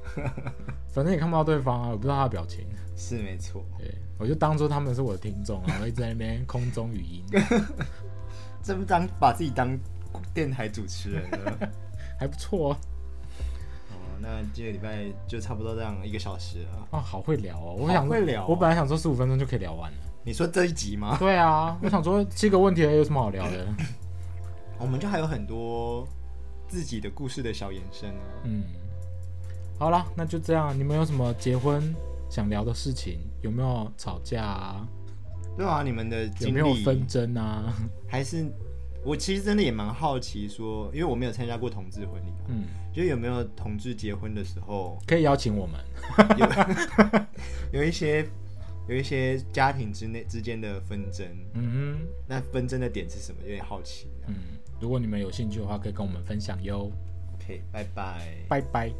Speaker 1: 反正也看不到对方啊，我不知道他的表情。
Speaker 2: 是没错，
Speaker 1: 对，我就当做他们是我的听众，然后一直在那边空中语音，
Speaker 2: 这不当把自己当电台主持人了。
Speaker 1: 还不错哦。
Speaker 2: 哦，那这个礼拜就差不多这样一个小时了。
Speaker 1: 哦，好会聊哦！我想
Speaker 2: 好会聊哦
Speaker 1: 我本来想说十五分钟就可以聊完了。
Speaker 2: 你说这一集吗？
Speaker 1: 对啊，我想说七个问题而已有什么好聊的？
Speaker 2: 我们就还有很多自己的故事的小延伸啊。
Speaker 1: 嗯，好啦，那就这样。你们有什么结婚想聊的事情？有没有吵架啊？
Speaker 2: 对啊，你们的
Speaker 1: 有
Speaker 2: 经
Speaker 1: 没有纷
Speaker 2: 历
Speaker 1: 争啊？
Speaker 2: 还是我其实真的也蛮好奇说，因为我没有参加过同志婚礼、啊，
Speaker 1: 嗯，
Speaker 2: 就有没有同志结婚的时候
Speaker 1: 可以邀请我们。
Speaker 2: 有一些有一些家庭之内之间的纷争，
Speaker 1: 嗯
Speaker 2: 那纷争的点是什么？有点好奇、啊
Speaker 1: 哼，嗯，如果你们有兴趣的话，可以跟我们分享哟。
Speaker 2: OK，拜拜。
Speaker 1: 拜拜。